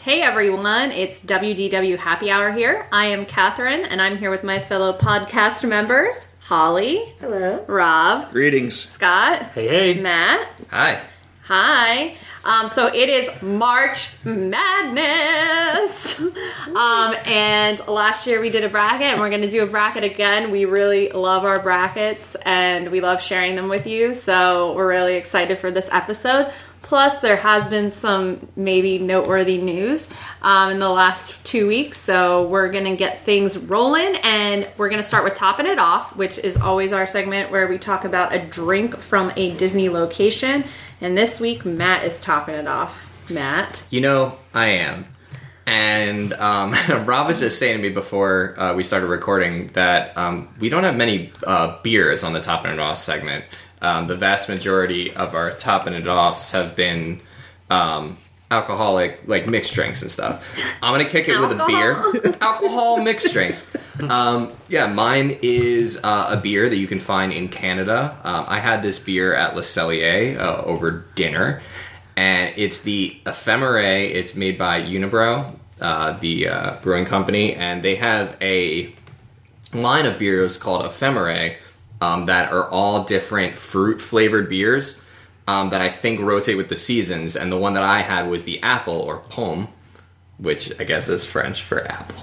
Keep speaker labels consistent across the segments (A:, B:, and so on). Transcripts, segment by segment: A: Hey everyone, it's WDW Happy Hour here. I am Catherine, and I'm here with my fellow podcast members Holly,
B: Hello.
A: Rob,
C: Greetings.
A: Scott,
D: Hey, hey.
A: Matt.
C: Hi.
A: Hi. Um, so it is March Madness. um, and last year we did a bracket, and we're going to do a bracket again. We really love our brackets, and we love sharing them with you. So we're really excited for this episode. Plus, there has been some maybe noteworthy news um, in the last two weeks. So we're going to get things rolling, and we're going to start with topping it off, which is always our segment where we talk about a drink from a Disney location. And this week, Matt is topping it off. Matt.
E: You know, I am. And um, Rob was just saying to me before uh, we started recording that um, we don't have many uh, beers on the Top and It Off segment. Um, the vast majority of our Top and It Offs have been um, alcoholic, like mixed drinks and stuff. I'm going to kick it with a beer. Alcohol mixed drinks. Um, yeah, mine is uh, a beer that you can find in Canada. Um, I had this beer at Le Cellier uh, over dinner and it's the ephemerae. It's made by Unibrow, uh, the uh, brewing company, and they have a line of beers called ephemerae um, that are all different fruit flavored beers um, that I think rotate with the seasons. And the one that I had was the apple or pomme, which I guess is French for apple.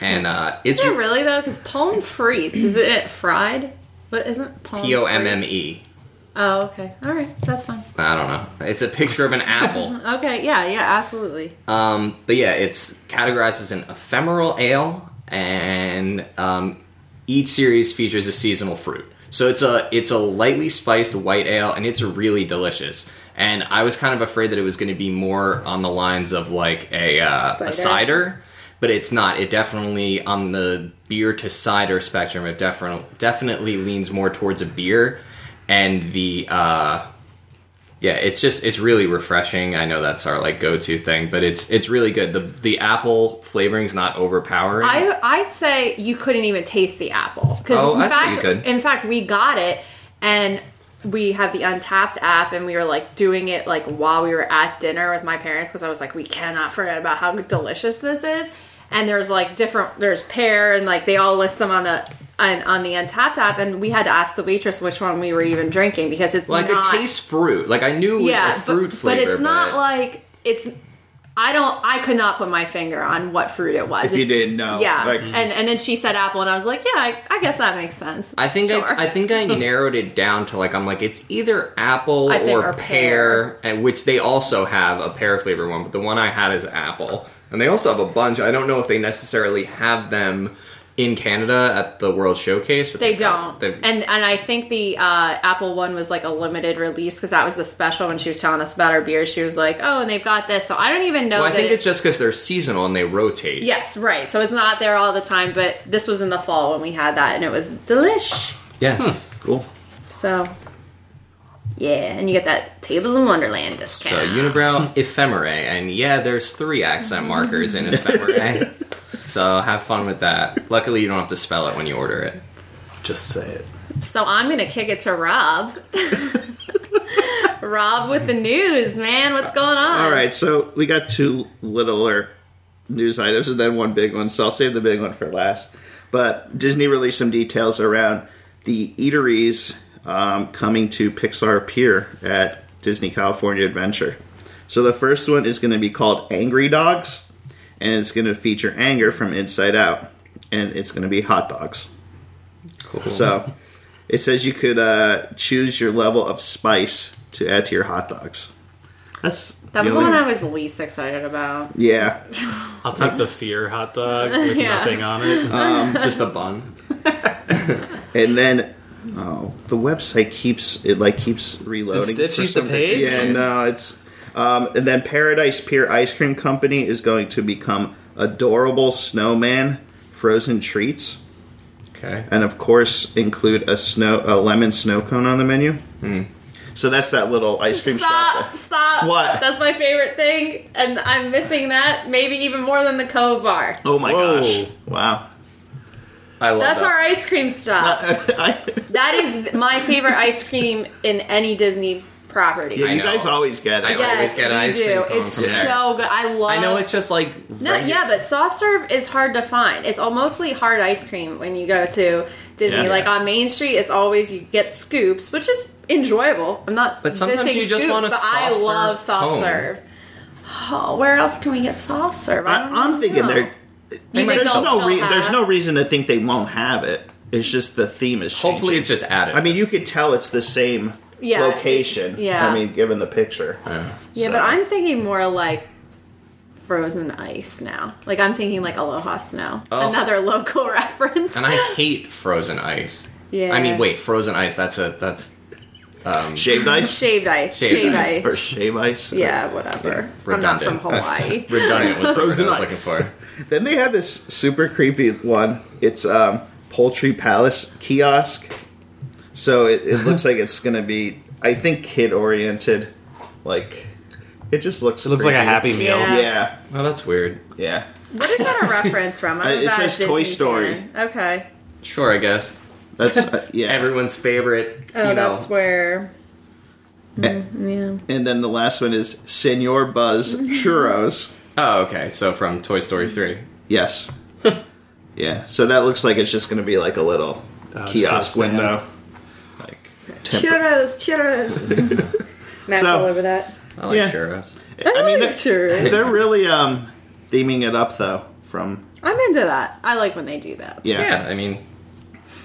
E: And uh, it's
A: Is it really though? Because palm frites, is it fried? What isn't palm?
E: P O M M
A: frites?
E: E.
A: Oh, okay. All right, that's fine.
E: I don't know. It's a picture of an apple.
A: Okay, yeah, yeah, absolutely.
E: Um, but yeah, it's categorized as an ephemeral ale, and um, each series features a seasonal fruit. So it's a it's a lightly spiced white ale, and it's really delicious. And I was kind of afraid that it was going to be more on the lines of like a uh,
B: Cider.
E: a cider, but it's not. It definitely on the beer to cider spectrum. It definitely definitely leans more towards a beer, and the. Uh, yeah, it's just it's really refreshing. I know that's our like go to thing, but it's it's really good. The the apple flavoring's not overpowering.
A: I I'd say you couldn't even taste the apple because
E: Oh,
A: in
E: I thought
A: fact
E: you could.
A: in fact we got it and we have the Untapped app and we were like doing it like while we were at dinner with my parents because I was like we cannot forget about how delicious this is and there's like different there's pear and like they all list them on the on, on the Untapped app and we had to ask the waitress which one we were even drinking because it's
E: like
A: not,
E: I taste fruit. Like I knew it was a fruit
A: but,
E: flavor,
A: but it's not like it's. I don't. I could not put my finger on what fruit it was.
C: If you didn't
E: Oh,
C: know,
A: yeah.
C: like-
A: and and then she said apple, and I was like, yeah, I, I guess that makes sense.
E: I think
A: Sure.
E: I, I think I narrowed it down to like I'm like it's either apple
A: I think
E: or,
A: or pear.
E: pear, and which they also have a pear flavor one, but the one I had is apple, and they also have a bunch. I don't know if they necessarily have them in Canada at the World Showcase. But
A: they
E: they've got-
A: don't.
E: they've-
A: And and I think the uh, apple one was like a limited release because that was the special. When she was telling us about our beer, she was like, oh, and they've got this. So I don't even know.
E: well, I
A: that
E: think it's just because they're seasonal and they rotate.
A: Yes, right. So it's not there all the time, but this was in the fall when we had that, and it was delish.
E: yeah.
C: Cool.
A: So, yeah, and you get that Tables in Wonderland discount.
E: So unibrow ephemerae, and yeah, there's three accent markers in ephemerae. so have fun with that. Luckily, you don't have to spell it when you order it.
D: Just say it.
A: So I'm gonna kick it to Rob. Rob with the news, man. What's going on?
C: All right, so we got two littler news items and then one big one, so I'll save the big one for last. But Disney released some details around the eateries um, coming to Pixar Pier at Disney California Adventure. So the first one is going to be called Angry Dogs, and it's going to feature anger from Inside Out, and it's going to be hot dogs.
E: Cool.
C: So it says you could uh, choose your level of spice to add to your hot dogs. That's
A: That was
C: the
A: the one
C: only-
A: I was least excited about.
C: Yeah. Uh,
D: I'll take the fear hot dog with
A: Yeah.
D: nothing on it.
E: it's just a bun.
C: And then oh, the website keeps it like keeps reloading.
D: Did
C: for
D: Stitch eat the
C: some
D: page?
C: reason. Yeah, no, it's um, and then Paradise Pier Ice Cream Company is going to become adorable snowman frozen treats,
E: Okay.
C: and of course include a snow a lemon snow cone on the menu.
D: Hmm.
C: So that's that little ice cream shop.
A: Stop!
C: that-
A: Stop!
C: What?
A: That's my favorite thing, and I'm missing that. Maybe even more than the Cove Bar.
C: Oh my
D: Whoa.
C: gosh! Wow.
E: I love
A: That's
E: that.
A: our ice cream stop.
C: I,
A: that is my favorite ice cream in any Disney property.
C: Yeah,
E: I
C: you
E: know.
C: guys always get
E: I
C: it.
E: know.
A: yes,
E: always get an
A: we
E: ice cream
A: do.
E: cone
A: It's
E: from there.
A: so good. I love.
E: I know it's just like
A: No,
E: regu-
A: yeah, but soft serve is hard to find. It's all mostly hard ice cream when you go to Disney.
C: Yeah.
A: like on Main Street, it's always you get scoops, which is enjoyable. I'm not.
E: But sometimes
A: dissing
E: you just
A: scoops,
E: want a
A: but I
E: soft serve
A: love soft
E: cone.
A: serve. Oh, where else can we get soft serve? I
C: I,
A: don't
C: I'm thinking
A: know.
C: they're.
A: You think
E: might
C: There's
E: still
A: they'll
C: no
A: still
C: re- there's
A: have-
C: no reason to think they won't have it. It's just the theme is changing.
E: hopefully it's just added.
C: I mean, you could tell it's the same
A: Yeah.
C: location.
A: Yeah.
C: I mean, given the picture.
E: Uh,
A: Yeah,
C: So-
A: but I'm thinking more like frozen ice now. Like I'm thinking like Aloha Snow,
E: Oh.
A: another local reference.
E: and I hate frozen ice.
A: Yeah.
E: I mean, wait, frozen ice. That's a that's um,
C: shaved ice
A: shaved ice, shaved,
E: Shaved
A: ice.
E: ice.
C: or shave ice.
A: Yeah, whatever.
E: Yeah,
A: I'm not from
E: redundant.
A: Hawaii.
E: redundant. Was frozen
D: Frozen
E: I was
D: ice.
E: looking for.
C: Then they had this super creepy one. It's um, Poultry Palace kiosk. So it, it looks like it's going to be, I think, kid oriented. Like, it just looks.
D: It looks like a
C: creepy.
D: Happy Meal.
A: Yeah.
C: Yeah,
E: Oh, that's weird.
C: yeah.
A: What is that a reference from? I'm
C: Uh,
A: a
C: it
A: bad
C: says Toy
A: Disney
C: Story.
A: fan. Okay.
E: Sure, I guess
C: That's uh, yeah.
E: everyone's favorite.
A: Oh,
E: you know,
A: that's where.
C: Eh.
A: Mm, yeah.
C: and then the last one is Senor Buzz churros.
E: Oh, okay. So from Toy Story
A: Mm-hmm.
E: three.
C: Yes. yeah. So that looks like it's just going to be like a little
D: Oh, just
C: kiosk
D: a stand.
C: window. Like temper-
A: Churros, churros. Matt's
C: So-
A: all over that.
E: I like
C: Yeah.
E: churros.
C: I
A: like
C: mean, they're,
A: churros.
C: they're really um theming it up though. From
A: I'm into that. I like when they do that.
C: yeah.
E: Yeah, I mean,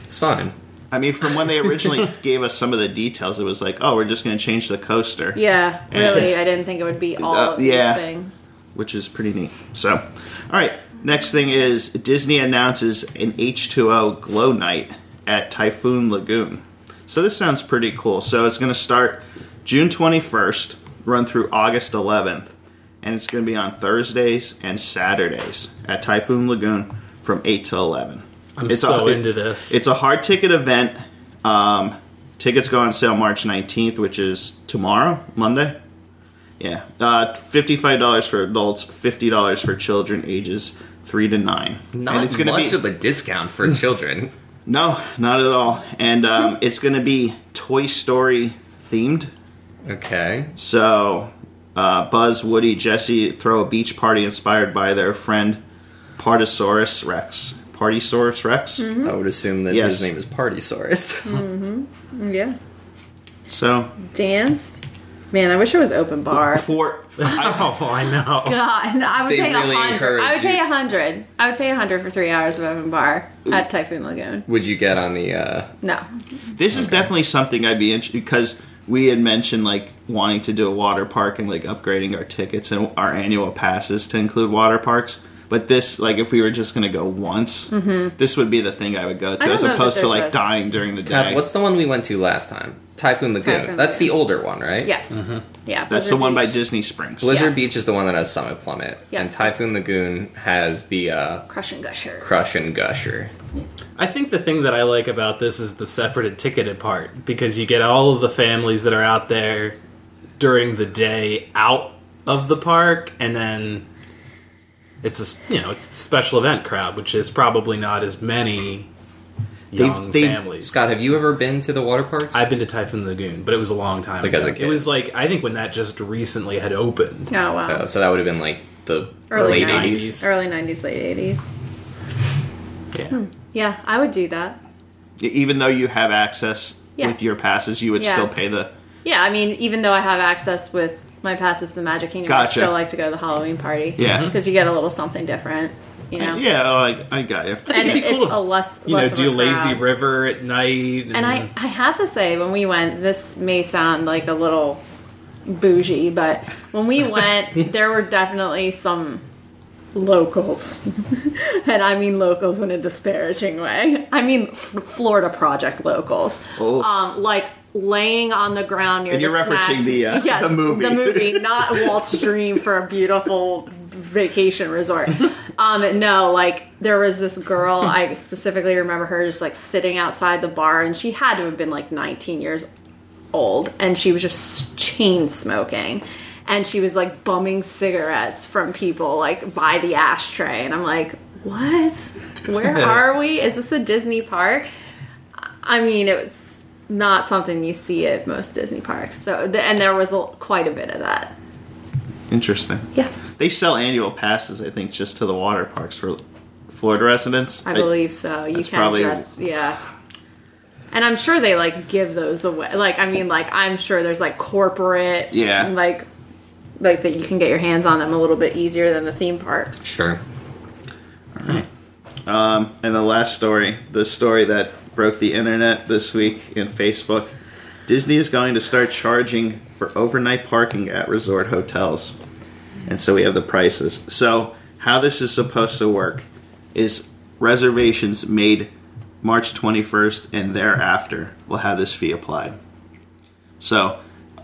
E: it's fine.
C: I mean, from when they originally gave us some of the details, it was like, oh, we're just going to change the coaster,
A: Yeah,
C: And-
A: really. I didn't think it would be all
C: Uh,
A: of these
C: yeah.
A: things.
C: which is pretty neat. So, all right. Next thing is Disney announces an H2O glow night at Typhoon Lagoon. So this sounds pretty cool. So it's going to start June 21st, run through August 11th, and it's going to be on Thursdays and Saturdays at Typhoon Lagoon from 8 to 11.
D: I'm
C: It's
D: so
C: a-
D: into this.
C: It's a hard ticket event. Um, tickets go on sale March 19th, which is tomorrow, Monday. Yeah. Uh, $55 for adults, $50 for children ages 3 to 9.
E: Not
C: it's gonna
E: much
C: be
E: of a discount for children.
C: No, not at all. And
E: Hmm.
C: um, it's going to be Toy Story themed.
E: Okay.
C: So, uh, Buzz, Woody, Jesse throw a beach party inspired by their friend Partosaurus Rex. Partosaurus Rex?
A: Mm-hmm.
E: I would assume that
C: Yes.
E: his name is Party Source.
A: Yeah.
C: So,
A: Dance. Man, I wish it was open bar.
C: for
D: oh, I know.
A: God, I would
E: They
A: pay a hundred.
E: really
A: I would
E: encourage
A: pay
E: you.
A: a hundred. I would pay a hundred for three hours of open bar at Typhoon Lagoon.
E: Would you get on the? uh
A: No,
C: This is definitely something I'd be interested because we had mentioned like wanting to do a water park and like upgrading our tickets and our annual passes to include water parks. But this, like, if we were just gonna go once, this would be the thing I would go to,
A: Mm-hmm. don't
C: as
A: know that
C: opposed to
A: there's
C: like
A: a-
C: dying during the
E: God,
C: day.
E: what's the one we went to last time? Typhoon Lagoon.
A: Typhoon
E: That's the
A: Lagoon.
E: older one, right?
A: yes, yeah.
C: Uh-huh. That's
A: Blizzard
C: the one by
A: Beach.
C: Disney Springs.
E: Blizzard
A: Yes.
E: Beach is the one that has Summit Plummet,
A: Yes.
E: and Typhoon Lagoon has the uh,
A: Crush and Gusher.
E: Crush and Gusher.
D: I think the thing that I like about this is the separated ticketed part because you get all of the families that are out there during the day out of the park, and then it's a s- you know it's a special event crowd, which is probably not as many young
C: they've-
D: families.
E: Scott, have you ever been to the water parks?
D: I've been to Typhoon Lagoon, but it was a long time
E: Like,
D: ago.
E: as a
D: It
E: kid.
D: was like I think when that just recently had opened.
A: Oh wow.
E: Uh, so that would have been like the
A: Early
E: late
A: 90s.
E: 80s.
A: Early 90s, late 80s.
D: Yeah.
A: Hmm. Yeah, I would do that.
C: Even though you have access
A: Yeah.
C: with your passes, you would
A: Yeah.
C: still pay the.
A: Yeah, I mean, even though I have access with my passes to the Magic Kingdom, I
C: Gotcha.
A: still like to go to the Halloween party.
C: Yeah.
A: Because you get a little something different, you know?
C: Yeah, oh, I, I got you.
A: And
D: It'd be
A: it's
D: cool to,
A: a less,
D: you know
A: less of
D: do
A: a
D: lazy
A: crowd.
D: river at night, and,
A: And I, I have to say, when we went, this may sound like a little bougie, but when we went, there were definitely some locals. and I mean locals in a disparaging way. I mean F- Florida Project locals.
C: Oh.
A: Um, like laying on the ground near
C: And
A: the
C: you're referencing
A: snack-
C: the, uh,
A: yes,
C: the movie.
A: The movie, not Walt's dream for a beautiful vacation resort. Um, no, like there was this girl, I specifically remember her just like sitting outside the bar and she had to have been like 19 years old and she was just chain smoking and she was like bumming cigarettes from people like by the ashtray and i'm like what where are we is this a disney park i mean it was not something you see at most Disney parks. So, th- and there was a, quite a bit of that.
C: Interesting.
A: Yeah,
C: They sell annual passes, I think, just to the water parks for Florida residents.
A: I believe so. You
C: that's
A: can
C: probably-
A: just yeah. And I'm sure they like give those away. Like I mean, like I'm sure there's like corporate
C: Yeah.
A: like like that you can get your hands on them a little bit easier than the theme parks.
E: Sure.
C: And the last story, the story that broke the internet this week in Facebook Disney is going to start charging for overnight parking at resort hotels. And so we have the prices. So, how this is supposed to work is reservations made March 21st and thereafter will have this fee applied. So,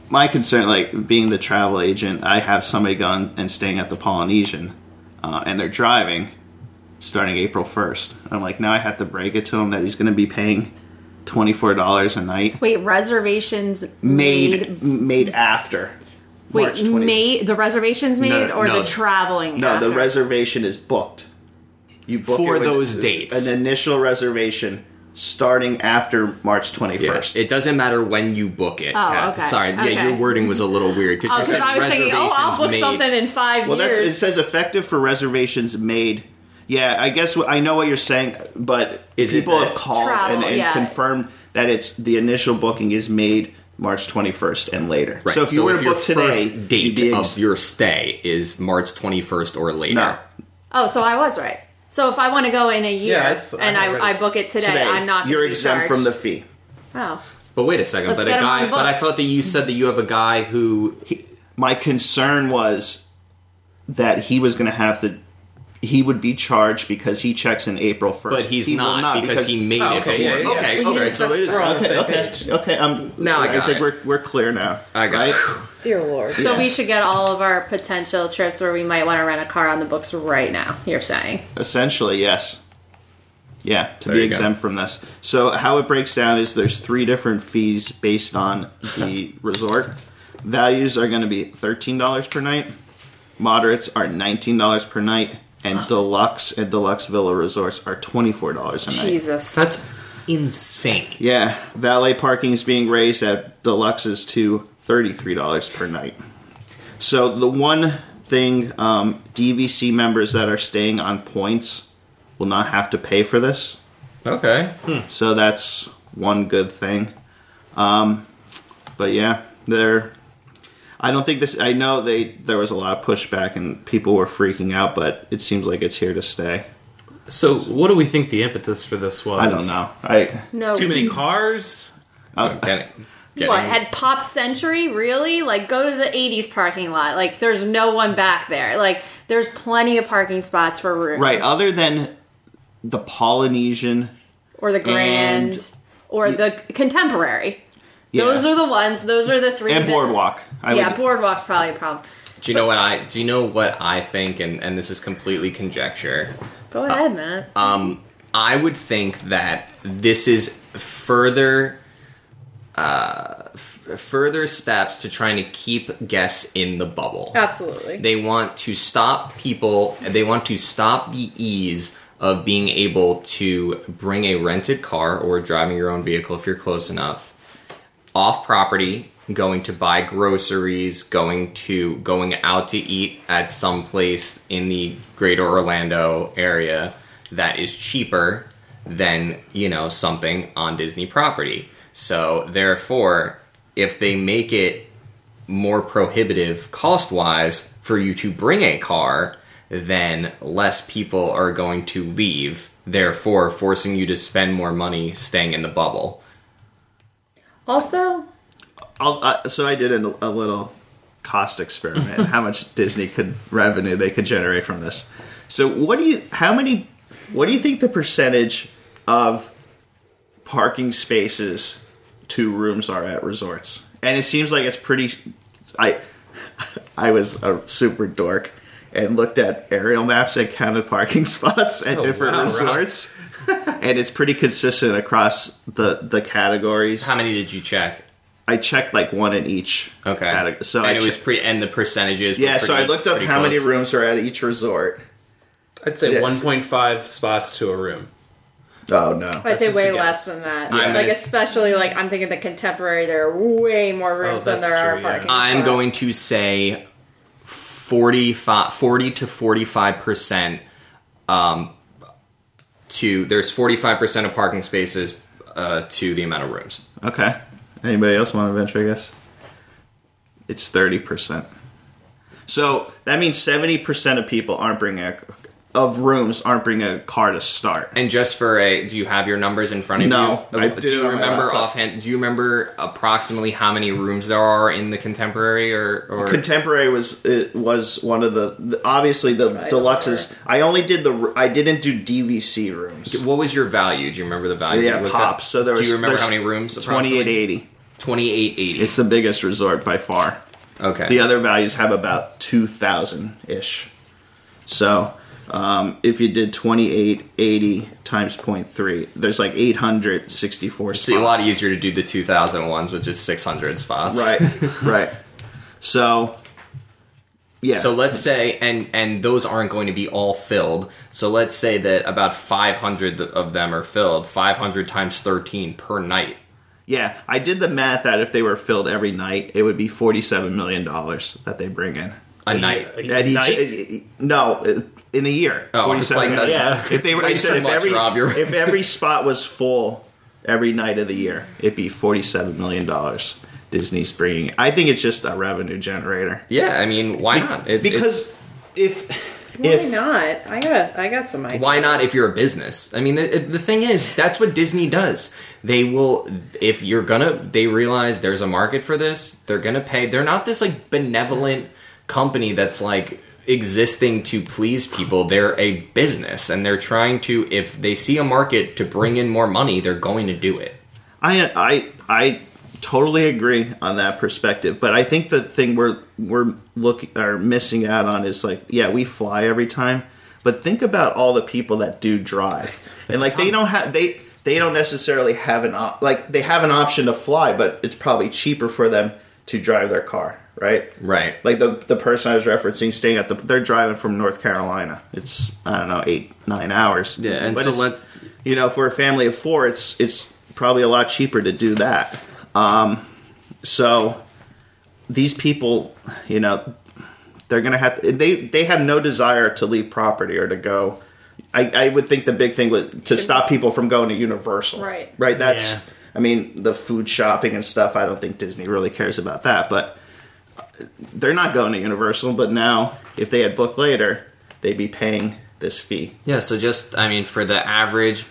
C: my concern, like being the travel agent, I have somebody going and staying at the Polynesian uh, and they're driving starting April 1st. I'm like, now I have to break it to him that he's going to be paying $24 a night.
A: Wait, reservations
C: Made made after March
A: Wait,
C: 20.
A: made the reservations made
E: No,
A: or
E: no.
A: the traveling?
C: no,
A: after?
C: the reservation is booked. You book
E: For
C: it with
E: those dates.
C: An initial reservation starting after March 21st.
E: It doesn't matter when you book it. Kat.
A: Oh, okay.
E: Sorry.
A: Okay.
E: Yeah, your wording was a little weird because
A: Oh,
E: you
A: because
E: said
A: I was thinking, oh, I'll
E: reservations
A: book
E: made.
A: something in five
C: well, that's
A: years.
C: it says effective for reservations made. Yeah, I guess wh- I know what you're saying, but
E: Is it
C: people
E: that-
C: have called
A: Travel,
C: and, and
A: yeah.
C: confirmed that it's the initial booking is made March 21st and later.
E: Right.
C: So if you were to
E: your
C: book today,
E: first
C: you'd
E: date
C: be ex-
E: of your stay is March 21st or later.
C: no,
A: oh, so I was right. So if I want to go in a year
D: Yeah, it's-
A: and
D: I'm
A: I,
D: not
A: I
D: ready.
A: book it today,
C: today,
A: I'm not. gonna
C: you're
A: be
C: exempt from the
A: charged.
C: fee.
A: Oh,
E: But wait a 2nd
A: Let's
E: but a
A: get 'em on
E: guy.
A: the
E: But I
A: book.
E: thought that you said that you have a guy who.
C: My concern was that he was going to have to. He would be charged because he checks in April first,
E: But he's
C: He will
E: not, because, he made
D: Oh,
E: it
D: okay,
E: before.
D: yeah, yeah,
E: okay,
D: yeah.
E: okay, so it is.
D: We're on the same
C: okay,
D: page.
C: okay, okay. I'm
E: Now I got
C: think
E: it.
C: we're we're clear now.
E: I got
C: right?
E: it.
B: Dear Lord.
A: so
C: Yeah.
A: we should get all of our potential trips where we might want to rent a car on the books right now. You're saying?
C: Essentially, yes. Yeah, to
E: There
C: be
E: you go.
C: exempt from this. So how it breaks down is there's three different fees based on the resort. Values are going to be thirteen dollars per night. Moderates are nineteen dollars per night, and deluxe and deluxe villa resorts are twenty four dollars a night.
A: Jesus.
E: That's insane.
C: Yeah, valet parking is being raised at deluxes to thirty-three dollars per night. So the one thing um, DVC members that are staying on points will not have to pay for this.
E: Okay.
C: So that's one good thing. Um, but yeah, they're. I don't think this. I know they there was a lot of pushback and people were freaking out, but it seems like it's here to stay.
D: So, what do we think the impetus for this was?
C: I don't know. I
A: no.
D: Too many cars?
E: I'm getting- getting-
A: What had Pop Century really like go to the '80s parking lot? Like, there's no one back there. Like, there's plenty of parking spots for rooms.
C: right. Other than the Polynesian
A: or the grand
C: And-
A: or the contemporary.
C: Yeah.
A: Those are the ones. Those are the three.
C: and
A: that-
C: boardwalk. I
A: yeah,
C: would-
A: boardwalk's probably a problem.
E: Do you know what I? Do you know what I think? And and this is completely conjecture.
C: Uh,
A: Go ahead, Matt.
E: Um, I would think that this is further uh, f- further steps to trying to keep guests in the bubble.
A: Absolutely.
E: They want to stop people. They want to stop the ease of being able to bring a rented car or driving your own vehicle if you're close enough off property, going to buy groceries, going to going out to eat at some place in the greater Orlando area that is cheaper than, you know, something on Disney property. So, therefore, if they make it more prohibitive cost wise for you to bring a car, then less people are going to leave, therefore forcing you to spend more money staying in the bubble.
A: also,
C: I'll, uh, so I did an, a little cost experiment. how much Disney could revenue they could generate from this? So what do you? How many? What do you think the percentage of parking spaces to rooms are at resorts? And it seems like it's pretty. I I was a super dork and looked at aerial maps and counted parking spots at different
D: wow, Rob.
C: resorts. and it's pretty consistent across the the categories.
E: How many did you check?
C: I checked like one in each.
E: Okay.
C: Category. So
E: and
C: I
E: it was
C: checked-
E: pre and the percentages. were
C: yeah. so I
E: pretty-
C: looked up
E: pretty
C: how many
E: close.
C: rooms are at each resort.
D: I'd say
C: Yes.
D: 1.5 spots to a room.
C: Oh no.
A: I'd say
D: just
A: way
D: a
A: less
D: guess.
A: than that.
E: I'm
A: like
E: gonna s-
A: especially like I'm thinking the contemporary. There are way more rooms than
D: Oh, that's
A: there are
D: true, yeah.
A: parking.
E: I'm
A: spots.
E: going to say 45, 40 to 45 percent. Um, to there's 45 percent of parking spaces uh, to the amount of rooms.
C: Okay. Anybody else want to venture? I guess it's thirty percent. So that means seventy percent of people aren't bringing a, of rooms aren't bringing a car to start.
E: And just for a, do you have your numbers in front of
C: No,
E: you?
C: I
E: do.
C: do
E: you
C: on my
E: remember
C: laptop.
E: offhand? Do you remember approximately how many rooms there are in the contemporary or? or
C: Contemporary was it was one of the, the- obviously the
A: Right,
C: deluxes. I only did the I didn't do DVC rooms.
E: what was your value? Do you remember the value?
C: Yeah,
E: you looked
C: pop.
E: up?
C: So there
E: Do
C: was
E: you remember
C: there's
E: how many rooms?
C: Twenty eight eighty.
E: Twenty eight eighty.
C: It's the biggest resort by far.
E: Okay.
C: The other values have about 2,000 ish. So um, if you did 2880 times 0.3, there's like 864
E: It's
C: spots.
E: a lot easier to do the 2000 ones, which is 600 spots.
C: Right, right. So, yeah.
E: So let's say, and and those aren't going to be all filled. So let's say that about 500 of them are filled. 500 times 13 per night.
C: yeah, I did the math that if they were filled every night, it would be $47 million that they bring in.
E: A night.
C: At each, uh,
D: night?
C: no, in a year.
E: Oh, it's
C: 47
E: like that's
D: Yeah.
C: if they were,
E: way
C: I said
E: too
C: if
E: much,
C: every
E: Rob, you're right.
C: if every spot was full every night of the year, it'd be forty seven million dollars. Disney's bringing. I think it's just a revenue generator
E: Yeah, I mean, why not? It's, it's,
C: because if
A: Why
C: if
A: not? I got I got some ideas.
E: why not if you're a business? I mean, the, the thing is, that's what Disney does. They will, if you're gonna, they realize there's a market for this. They're gonna pay. They're not this like benevolent company that's like existing to please people. They're a business, and they're trying to. If they see a market to bring in more money, they're going to do it.
C: I I I totally agree on that perspective, but I think the thing we're we're looking are missing out on is like, yeah, we fly every time, but think about all the people that do drive, and like they
E: tough.
C: don't have they they don't necessarily have an op- like they have an option to fly, but it's probably cheaper for them to drive their car, right?
E: Right.
C: Like the the person I was referencing, staying at the they're driving from North Carolina. It's I don't know eight nine hours.
E: Yeah, and
C: But
E: so
C: it's-
E: let-
C: you know for a family of four, it's it's probably a lot cheaper to do that. Um, so these people, you know, they're gonna have to, they they have no desire to leave property or to go. I, I would think the big thing was to stop people from going to Universal.
A: Right.
C: Right. That's.
D: Yeah.
C: I mean, the food shopping and stuff. I don't think Disney really cares about that, but they're not going to Universal, but now if they had booked later, they'd be paying this fee.
E: Yeah, so just I mean, for the average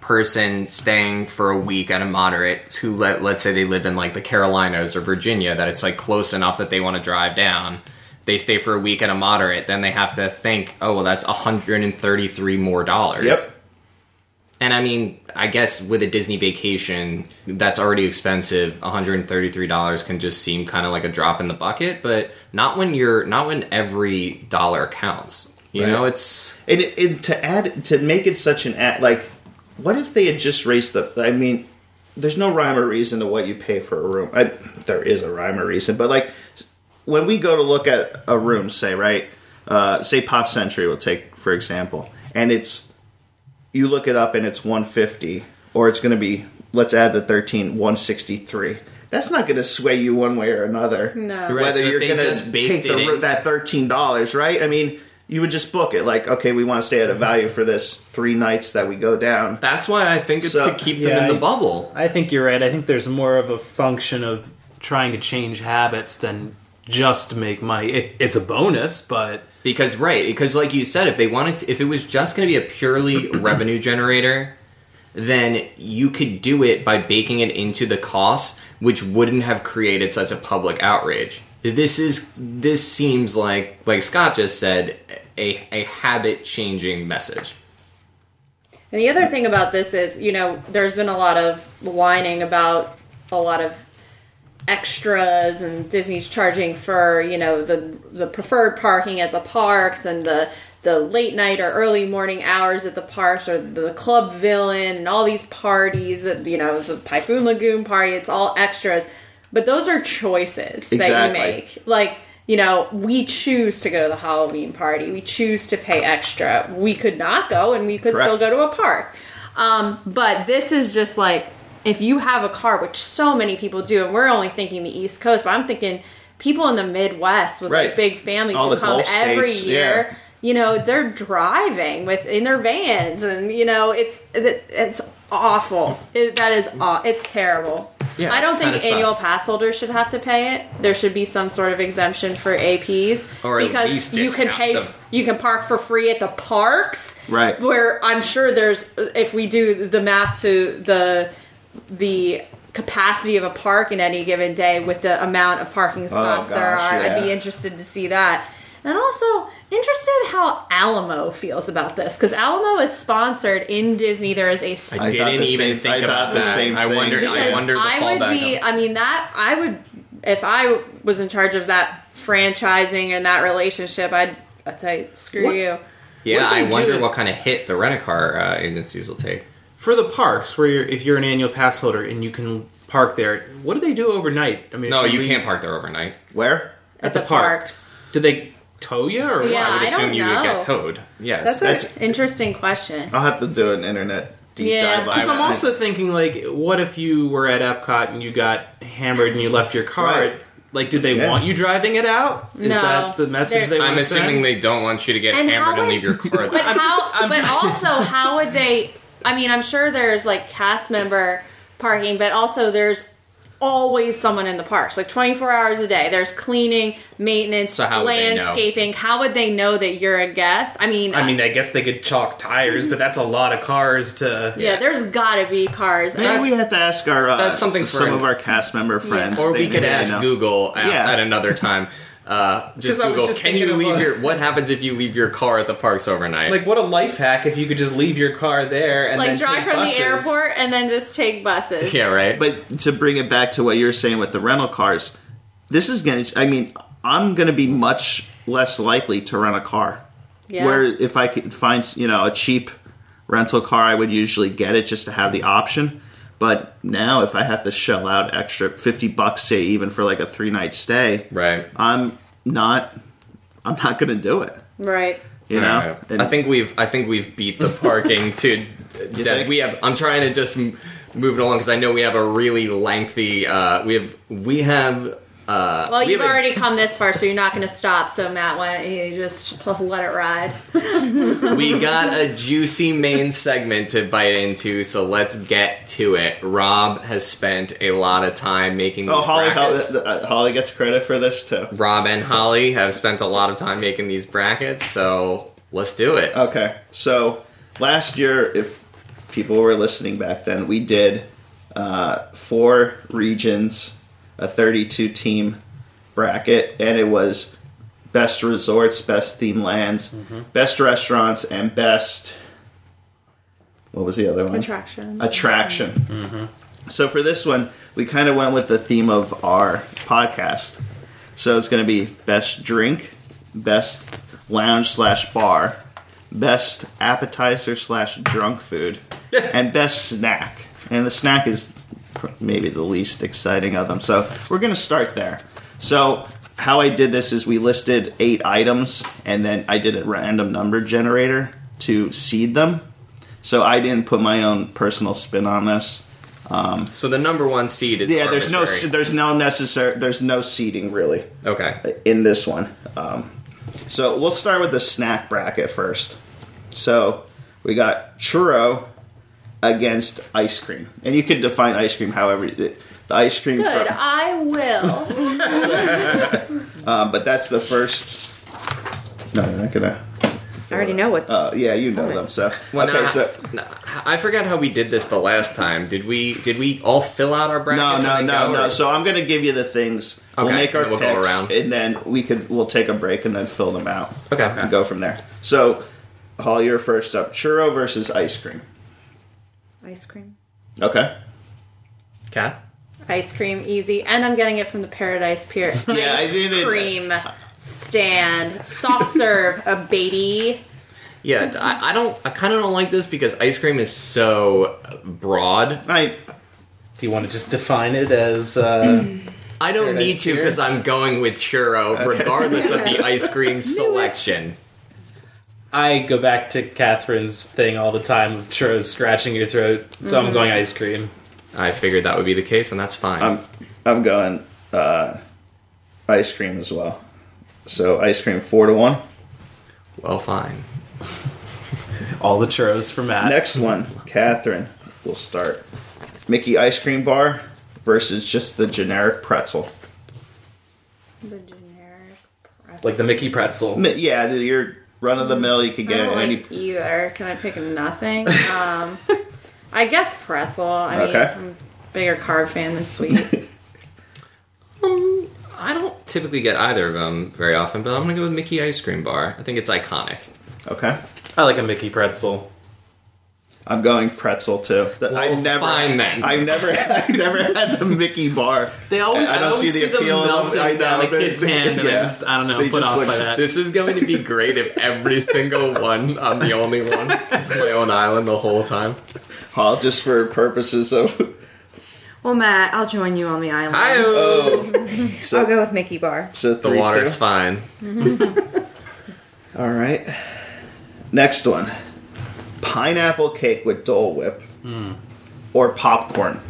E: person staying for a week at a moderate, who let let's say they live in like the Carolinas or Virginia, that it's like close enough that they want to drive down. They stay for a week at a moderate, then they have to think, oh well, that's 133 more dollars. And I mean, I guess with a Disney vacation, that's already expensive. $133 can just seem kind of like a drop in the bucket, but not when you're not when every dollar counts. You
C: Right.
E: know, it's
C: And, it- and to add to make it such an ad, like, what if they had just raised the? I mean, there's no rhyme or reason to what you pay for a room. I, there is a rhyme or reason, but like when we go to look at a room, say right, uh, say Pop Century, we'll take for example, and it's you look it up and it's 150, or it's going to be let's add the 13, 163. That's not going to sway you one way or another.
A: No.
E: Right,
C: whether
E: so
C: you're
E: they
C: going to
E: just baked
C: take the,
E: it
C: ro-
E: in.
C: that thirteen dollars, right? I mean, you would just book it like, okay, we want to stay at a
E: Mm-hmm.
C: value for this three nights that we go down.
E: That's why I think it's
C: So-
E: to keep them
D: Yeah,
E: in the
D: I-
E: bubble.
D: I think you're right. I think there's more of a function of trying to change habits than just make money. It, it's a bonus, but
E: Because right, because like you said, if they wanted to, if it was just going to be a purely revenue generator, then you could do it by baking it into the cost, which wouldn't have created such a public outrage. This is this seems like like Scott just said a a habit changing message.
A: And the other thing about this is, you know, there's been a lot of whining about a lot of extras and Disney's charging for, you know, the the preferred parking at the parks and the the late night or early morning hours at the parks or the club villain and all these parties that you know, the Typhoon Lagoon party, it's all extras. But those are choices that you
C: Exactly.
A: make like you know we choose to go to the halloween party we choose to pay extra we could not go and we could
C: Correct.
A: still go to a park Um, but this is just like if you have a car, which so many people do, and we're only thinking the East Coast, but I'm thinking people in the Midwest with
C: Right.
A: like big families
C: All
A: who
C: the
A: come
C: Gulf
A: every
C: states,
A: year.
C: yeah.
A: You know, they're driving with in their vans, and you know it's it, it's awful. It, that is aw- it's terrible.
E: Yeah,
A: I don't think
E: kinda
A: annual
E: sucks.
A: pass holders should have to pay it. There should be some sort of exemption for APs
E: Or at
A: because
E: least
A: you can
E: discount
A: pay
E: them.
A: you can park for free at the parks
C: Right.
A: where i'm sure there's if we do the math to the the capacity of a park in any given day with the amount of parking
E: Oh,
A: spots there
C: gosh,
A: are i'd be
C: yeah.
A: interested to see that and also interested how alamo feels about this because alamo is sponsored in disney there is a sp-
C: I
E: I
C: thought
E: didn't
C: the
E: even
C: same-
E: think
C: I
E: about
C: thought the
E: that.
C: same
E: I
C: thing.
E: wonder. I
A: because
E: wonder the
A: I would
E: fallback.
A: be.
E: on-
A: I mean, that I would if I was in charge of that franchising and that relationship. I'd I'd say screw
D: What-
A: you.
E: yeah,
D: what do
E: I
D: they
E: wonder
D: do?
E: what kind of hit the rent a car uh, agencies will take.
D: For the parks, where you're, if you're an annual pass holder and you can park there, what do they do overnight? I mean,
E: No,
D: if
E: you
D: leave-
E: can't park there overnight.
C: Where?
D: At the park. Do they tow you or
A: Yeah,
E: I would
A: I
E: assume
A: don't
E: you would
A: know.
E: get towed. Yes,
A: That's,
C: That's-
A: an interesting question.
C: I'll have to do an internet deep
A: Yeah,
C: dive. on
A: 'cause
D: Because I'm
C: that.
D: also thinking, like, what if you were at Epcot and you got hammered and you left your car?
C: Right.
D: Like, did they
C: Yeah.
D: want you driving it out? Is
A: No.
D: that the message
A: They're-
D: they want
E: I'm
D: to
E: assuming
D: send?
E: they don't want you to get
A: And how
E: hammered and
A: would-
E: leave your car.
A: But
E: there.
D: I'm
A: how?
D: just- I'm
A: but
D: just-
A: also, how would they? I mean, I'm sure there's like cast member parking, but also there's always someone in the parks, like 24 hours a day. There's cleaning, maintenance,
E: So how would they know?
A: landscaping. How would they know that you're a guest? I mean, uh,
D: I mean, I guess they could chalk tires, but that's a lot of cars to.
A: yeah, there's got to be cars.
C: Maybe
A: And-
C: we have to ask our uh,
E: that's something for
C: some
E: an-
C: of our cast member friends.
E: or
C: They
E: we could
C: may
E: ask
C: know.
E: Google at,
C: Yeah.
E: at another time. Uh, just
D: 'Cause I was
E: Google.
D: just
E: can you
D: thinking of
E: leave
D: a-
E: your? What happens if you leave your car at the parks overnight?
D: Like, what a life hack if you could just leave your car there and
A: like
D: then
A: drive
D: take
A: from
D: buses.
A: the airport and then just take buses.
E: yeah, right.
C: But to bring it back to what you were saying with the rental cars, this is going to, I mean, I'm going to be much less likely to rent a car.
A: Yeah.
C: Where if I could find, you know, a cheap rental car, I would usually get it just to have the option. But now if I have to shell out extra 50 bucks, say, even for like a three night stay,
E: right.
C: I'm not, I'm not going to do it.
A: Right.
C: You know?
E: All right.
C: And-
E: I think we've I think we've beat the parking to death.
C: think?
E: We have. I'm trying to just m- move it along because I know we have a really lengthy. Uh, we have we have. Uh,
A: Well,
E: we
A: you've
E: have a-
A: already come this far, so you're not going to stop. So Matt, why don't you just let it ride?
E: we got a juicy main segment to bite into, so let's get to it. Rob has spent a lot of time making these
C: Oh, Holly, Holly,
E: brackets.
C: uh, Holly gets credit for this too.
E: Rob and Holly have spent a lot of time making these brackets, so let's do it.
C: Okay. So last year, if people were listening back then, we did uh, four regions, a 32 team bracket, and it was best resorts, best theme lands, best restaurants, and best. What was the other one?
A: Attraction.
C: attraction. So for this one, we kind of went with the theme of our podcast. So it's going to be best drink, best lounge slash bar, best appetizer slash drunk food, and best snack. And the snack is pr- maybe the least exciting of them. So we're going to start there. So how I did this is we listed eight items, and then I did a random number generator to seed them. So I didn't put my own personal spin on this.
E: So the number one seed is
C: Yeah, there's no
E: arbitrary.
C: there's no necessary there's no seating really
E: okay.
C: in this one. Um, so we'll start with the snack bracket first. So we got churro against ice cream, and you could define ice cream however you, the ice cream.
A: Good.
C: from-
A: I will.
C: um, but that's the first. No, you're not gonna.
B: I already know what.
C: Uh, yeah, you know them. So
E: Well,
C: okay,
E: now,
C: so
E: no, I forgot how we did this the last time. Did we? Did we all fill out our
C: No,
E: brackets?
C: no,
E: and then
C: no,
E: go,
C: no.
E: or-
C: So I'm going to give you the things. We'll
E: Okay,
C: make our
E: then we'll go
C: picks,
E: around.
C: and then we could we'll take a break and then fill them out.
E: Okay.
C: and go from there. So, Hall, you're first up. Churro versus ice cream.
B: Ice cream.
C: Okay.
E: Kat?
A: Ice cream, easy, and I'm getting it from the Paradise Pier.
C: Yeah, I
A: Ice
C: did it.
A: cream stand, soft serve, a baby.
E: Yeah, I, I don't. I kind of don't like this because ice cream is so broad.
C: I
D: Do you want to just define it as. Uh,
E: I don't
D: Paradise
E: need to
D: Pier.
E: because I'm going with churro, regardless of the ice cream selection.
D: I go back to Catherine's thing all the time of churros scratching your throat, so
A: Mm-hmm.
D: I'm going ice cream.
E: I figured that would be the case, and that's fine.
C: I'm I'm going uh, ice cream as well. So ice cream four to one.
E: well, fine.
D: All the churros for Matt.
C: Next one, Catherine. We'll start Mickey ice cream bar versus just the generic pretzel.
B: The generic pretzel.
D: Like the Mickey pretzel.
C: M- Yeah, the- your run of the mill you could
B: I
C: get
B: don't
C: at any.
B: like either. Can I pick nothing? Um, I guess pretzel. I mean,
C: Okay.
B: I'm a bigger carb fan than sweet.
E: Um, I don't typically get either of them very often, but I'm gonna go with Mickey Ice Cream Bar. I think it's iconic.
C: Okay,
D: I like a Mickey pretzel.
C: I'm going pretzel too. That- I
E: Well,
C: never,
E: fine then.
C: I never, I never had the Mickey bar.
D: They always.
C: I- I
D: I,
C: don't
D: always
C: see the appeal in them.
D: melting
C: I know,
D: down a
C: they-
D: kid's
C: they-
D: hand, and I
C: yeah.
D: just I don't know,
C: They
D: put
C: just
D: off
C: look-
D: by that.
E: This is going to be great if every single one I'm the only one. It's my own island the whole time.
C: Paul, just for purposes of.
B: well, Matt, I'll join you on the island.
E: Hi,
C: Oh, so,
B: I'll go with Mickey Bar.
C: so
E: the
C: three
E: water's
C: two.
E: fine.
C: All right. Next one pineapple cake with Dole Whip
E: Hmm.
C: or popcorn.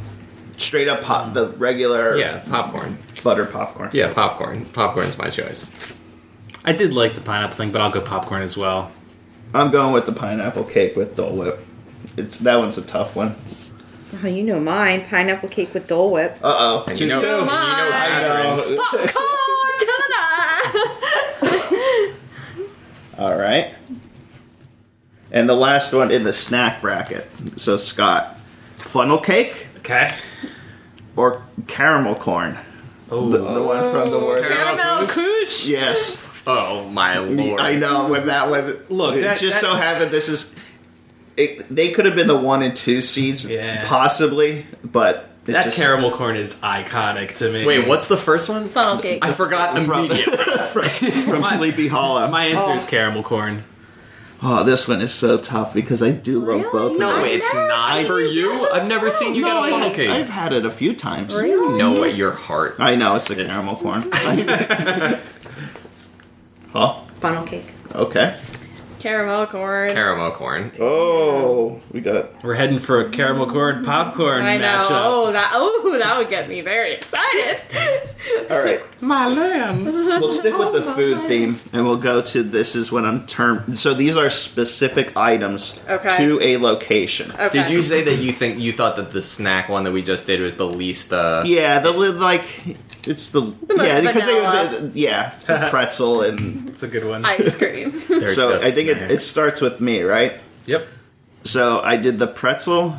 C: Straight up pop, the regular
E: Yeah, popcorn.
C: butter popcorn.
E: Yeah, popcorn. Popcorn's my choice.
D: I did like the pineapple thing, but I'll go popcorn as well.
C: I'm going with the pineapple cake with Dole Whip. It's That one's a tough one.
B: Oh, you know mine. Pineapple cake with Dole Whip.
C: Uh oh.
E: And you know,
A: two.
E: you know Catherine's.
A: Oh,
C: All right. And the last one in the snack bracket. So, Scott, funnel cake
D: Okay.
C: or caramel corn?
D: Oh,
C: The, the one from the word.
E: Caramel
D: couche.
C: Yes.
E: Oh my lord!
C: I know with that one.
D: Look,
C: it
D: that-
C: just
D: that-
C: so happened this is. It, they could have been the one and two seeds,
D: Yeah.
C: possibly, but it
D: That
C: just,
D: caramel corn is iconic to me.
E: Wait, what's the first one?
A: Funnel cake.
E: I forgot immediately.
C: from Sleepy Hollow.
D: My answer is
B: Oh.
D: caramel corn.
C: oh, this one is so tough because I do love
A: Really?
C: both.
E: No,
C: of them.
A: I've
E: it's
A: never
E: not
A: seen
E: for
A: you
E: you.
A: get a
E: I've never seen you get a funnel
C: I've,
E: cake.
C: I've had it a few times.
E: No, at your heart.
C: I know it's the caramel corn. oh,
B: Funnel cake.
C: okay.
A: Caramel corn.
E: Caramel corn.
C: Oh, we got
D: We're heading for a caramel corn popcorn
A: I know.
D: matchup.
A: Oh, that oh, that would get me very excited.
C: all right.
D: My lambs.
C: We'll stick with the food theme, and we'll go to this is what I'm term. So these are specific items
A: Okay.
C: to a location.
A: Okay.
E: Did you say that you think you thought that the snack one that we just did was the least? uh
C: Yeah, the li- like it's the,
A: most
C: yeah because they
A: vanilla.
C: the, yeah pretzel and
D: That's a good one.
A: ice cream?
E: they're
C: so
E: just
C: I think it,
E: snack.
C: it starts with me right.
D: Yep.
C: So I did the pretzel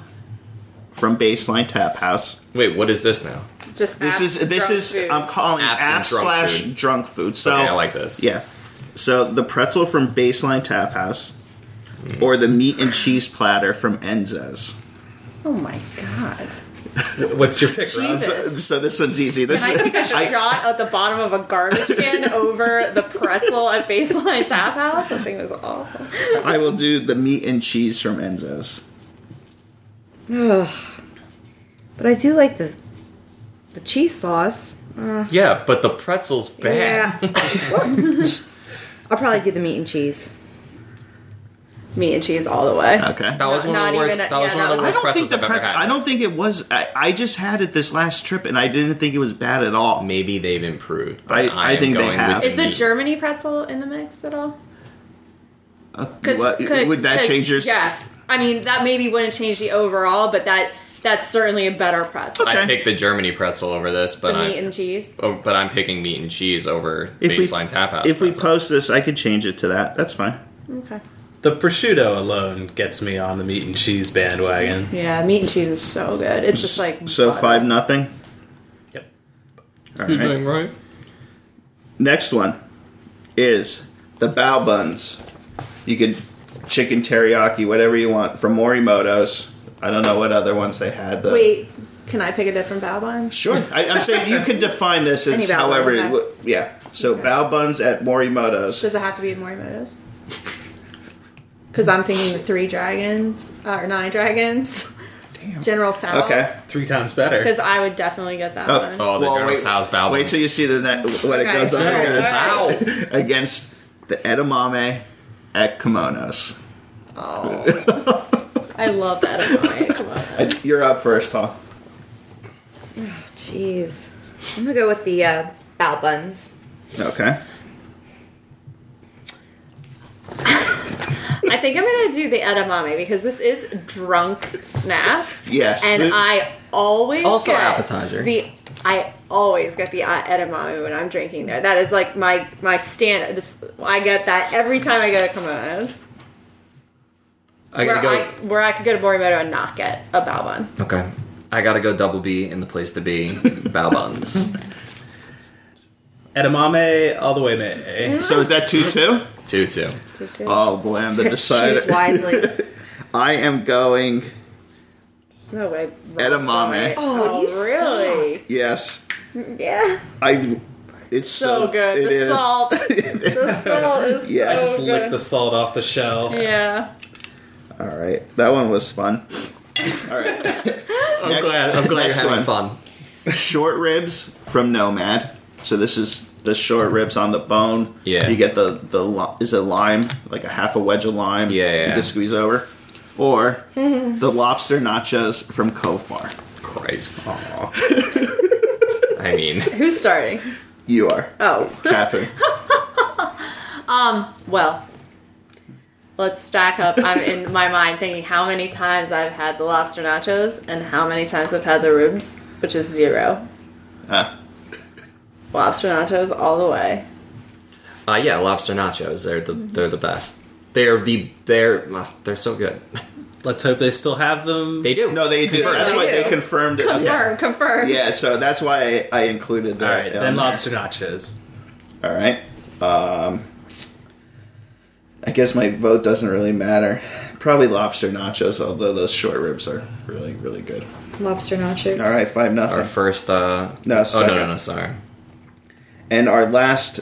C: from Baseline Tap House.
E: Wait, what is this now?
A: Just
C: This
A: app
C: is this
A: drunk
C: is um,
A: food.
C: I'm calling
E: Apps and
C: app
E: drunk
C: slash
E: food.
C: drunk food. So
E: Okay, I like this.
C: Oh. Yeah. So the pretzel from Baseline Tap House,
E: Hmm.
C: or the meat and cheese platter from Enzo's.
B: Oh my god.
D: What's your pick, Ross?
A: Jesus.
C: So, so this one's easy. This
A: Can I take a
C: I-
A: shot at the bottom of a garbage can over the pretzel at Baseline Tap House? That thing was awful.
C: I will do the meat and cheese from Enzo's.
B: Ugh. But I do like the the cheese sauce.
E: Yeah, but the pretzel's bad.
B: Yeah. I'll probably do the meat and cheese.
A: Meat and cheese all the way.
C: Okay.
E: That was
A: Not- not
E: one of the worst.
A: even-
E: that was
A: yeah,
E: one of
A: that was-
C: I don't
E: the worst
C: think
E: pretzels
C: the
E: I've ever
C: pretzel.
E: had.
C: I don't think it was. I, I just had it this last trip, and I didn't think it was bad at all.
E: Maybe they've improved. but
C: I- I
E: am
C: think they
E: going
C: have.
E: With
A: Is the
E: meat.
A: Germany pretzel in the mix at all?
C: Uh,
A: 'Cause-
C: what-
A: could-
C: would that
A: 'cause-
C: change yours?
A: Yes. I mean, that maybe wouldn't change the overall, but that that's certainly a better pretzel.
E: I
C: Okay.
E: picked the Germany pretzel over this,
A: The
E: but I.
A: meat and cheese.
E: oh, but I'm picking meat and cheese over
C: If we-
E: baseline tap house.
C: If we
E: pretzel.
C: post this, I could change it to that. That's fine.
A: Okay.
D: The prosciutto alone gets me on the meat and cheese bandwagon.
A: Yeah, meat and cheese is so good. It's just like
C: So
A: butter.
C: five nothing.
D: Yep.
C: All right.
E: right.
C: Next one is the bao buns. You could chicken teriyaki, whatever you want from Morimoto's. I don't know what other ones they had. The,
A: Wait, can I pick a different bao bun?
C: Sure. I, I'm saying you could define this
B: Any
C: as
B: bao bun,
C: however. it
A: okay.
C: would- yeah. So bao buns at Morimoto's.
A: Does it have to be Morimoto's? Because I'm thinking the Three Dragons uh, or Nine Dragons, General Salas.
C: Okay.
D: Three times better.
A: Because I would definitely get that
C: Oh,
A: one.
E: Oh, the
C: Well,
E: General
C: wait-
E: Sal's bao.
C: Wait till you see the net, what it
A: Okay,
C: goes up
A: sure,
C: against.
A: alright.
E: Wow.
C: Against the edamame at kimonos.
A: I love that. Illinois. Come on.
C: Uh, You're up first, huh?
B: Jeez. I'm gonna go with the uh, bow buns.
C: Okay.
A: I think I'm gonna do the edamame because this is drunk snap.
C: Yes.
A: And
C: Th-
A: I always
E: Also
A: get
E: appetizer.
A: The I always get the uh, edamame when I'm drinking there. That is like my my standard. This, I get that every time I go to Kimono's.
E: I
A: where
E: gotta go.
A: I where I could go to Morimoto and not get a bao bun.
E: okay. I gotta go double B in the place to be. Bao buns.
D: Edamame all the way, May.
C: So is that 2 2?
E: two, two.
C: Oh boy, I'm the decider.
B: Choose wisely.
C: I am going.
A: No way.
C: Edamame.
B: Oh, you
A: really?
C: Yes.
A: Yeah.
C: I. It's so,
A: So, good.
C: It
A: the
C: is.
A: salt. the salt is
C: Yeah,
A: so
D: I just
A: good.
D: licked the salt off the shelf.
A: Oh, Yeah.
C: All right, that one was fun. All right.
D: I'm glad.
E: I'm
D: I'm
E: glad
D: glad.
E: you're
C: Next
E: having
C: one.
E: fun.
C: short ribs from Nomad. So this is the short ribs on the bone.
E: Yeah.
C: You get the the li- is it lime like a half a wedge of lime.
E: Yeah, yeah,
C: You
E: yeah.
C: can squeeze over, or the lobster nachos from Cove Bar.
E: Christ. I mean,
A: Who's starting?
C: You are
A: Oh.
C: Catherine.
A: Well, let's stack up. I'm in my mind thinking how many times I've had the lobster nachos and how many times I've had the ribs, which is zero.
C: Ah.
A: Lobster nachos all the way.
E: uh, yeah, lobster nachos. They're the they're the best. They're the they're uh, they're so good.
D: Let's hope they still have them.
E: They do.
C: no, they do.
A: Confirmed.
C: That's why
A: They do.
C: they confirmed it.
A: Confirm, confirm.
C: Yeah, so that's why I, I included
D: all
C: that. um,
D: right,
C: on
D: then
C: there.
D: lobster nachos.
C: All right. Um, I guess my vote doesn't really matter. Probably lobster nachos, although those short ribs are really, really good.
B: Lobster nachos.
C: All right, five nothing.
E: Our first. Uh,
C: No,
E: oh no
C: second.
E: no no sorry.
C: And our last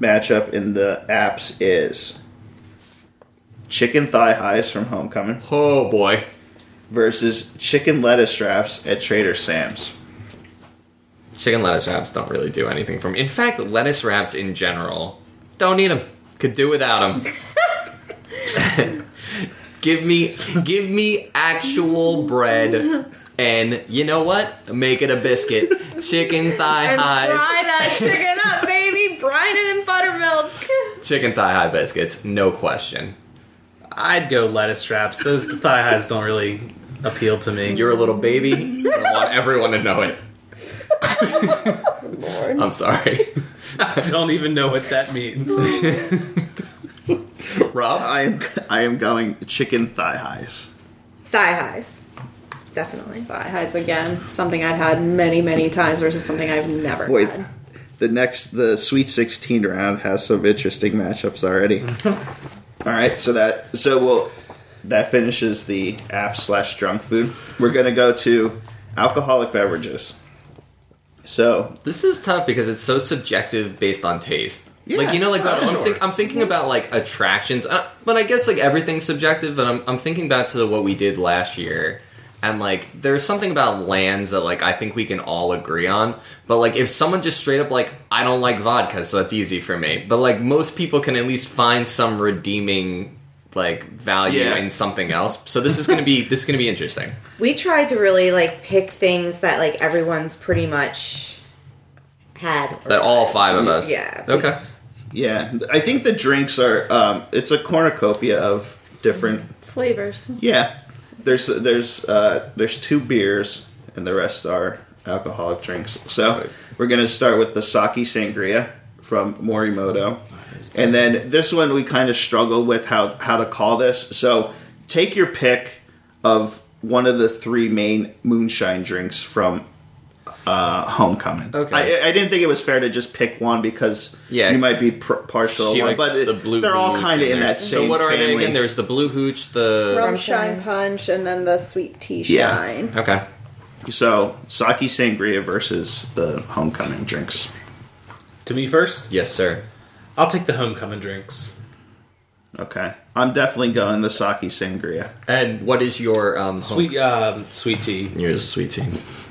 C: matchup in the apps is chicken thigh highs from Homecoming
E: Oh boy.
C: versus chicken lettuce wraps at Trader Sam's.
E: Chicken lettuce wraps don't really do anything for me. In fact, lettuce wraps in general don't need them. Could do without them. give me, give me actual bread, and you know what? Make it a biscuit. Chicken thigh
A: And
E: highs.
A: fry that chicken up, baby. Brine it in buttermilk.
E: Chicken thigh high biscuits, no question.
D: I'd go lettuce wraps. Those thigh highs don't really appeal to me.
E: You're a little baby. I want everyone to know it. I'm sorry,
D: I don't even know what that means.
E: Rob.
C: I am I am going chicken thigh highs.
B: Thigh highs. Definitely.
A: Thigh highs again. Something I've had many, many times versus something I've never
C: Wait.
A: had.
C: The next the Sweet 16 round has some interesting matchups already. All right, so that so we'll that finishes the app slash drunk food. We're gonna go to alcoholic beverages. So
E: This is tough because it's so subjective based on taste. like you know, like
C: oh,
E: I'm,
C: sure.
E: think, I'm thinking about like attractions, uh, but I guess like everything's subjective. And I'm, I'm thinking back to what we did last year, and like there's something about lands that like I think we can all agree on. But like if someone just straight up like I don't like vodka, so that's easy for me. But like most people can at least find some redeeming like value
C: Yeah.
E: in something else. So this is gonna be this is gonna be interesting.
B: We tried to really like pick things that like everyone's pretty much had. or
E: That all five of us.
B: Yeah.
E: Okay.
C: Yeah, I think the drinks are. Um, it's a cornucopia of different.
A: Flavors.
C: Yeah, there's there's uh, there's two beers and the rest are alcoholic drinks. So we're gonna start with the sake sangria from Morimoto, and then this one we kind of struggled with how how to call this. So take your pick of one of the three main moonshine drinks from. Uh, homecoming.
E: Okay.
C: I, I didn't think it was fair to just pick one because
E: Yeah.
C: you might be pr- partial
E: She
C: one,
E: likes
C: but it-
E: the blue
C: they're all
E: hooch
C: kind of
E: and
C: in that
E: there's-
C: same
E: So what are
C: family.
E: they again? There's the blue hooch, the
A: Rum shine punch and then the sweet tea
C: Yeah.
A: shine.
E: okay.
C: so sake sangria versus the homecoming drinks.
D: to me first,
E: Yes, sir.
D: I'll take the homecoming drinks.
C: Okay, I'm definitely going the sake sangria.
E: And what is your um,
D: Sweet, um, sweet tea.
E: Home- yours, sweet tea.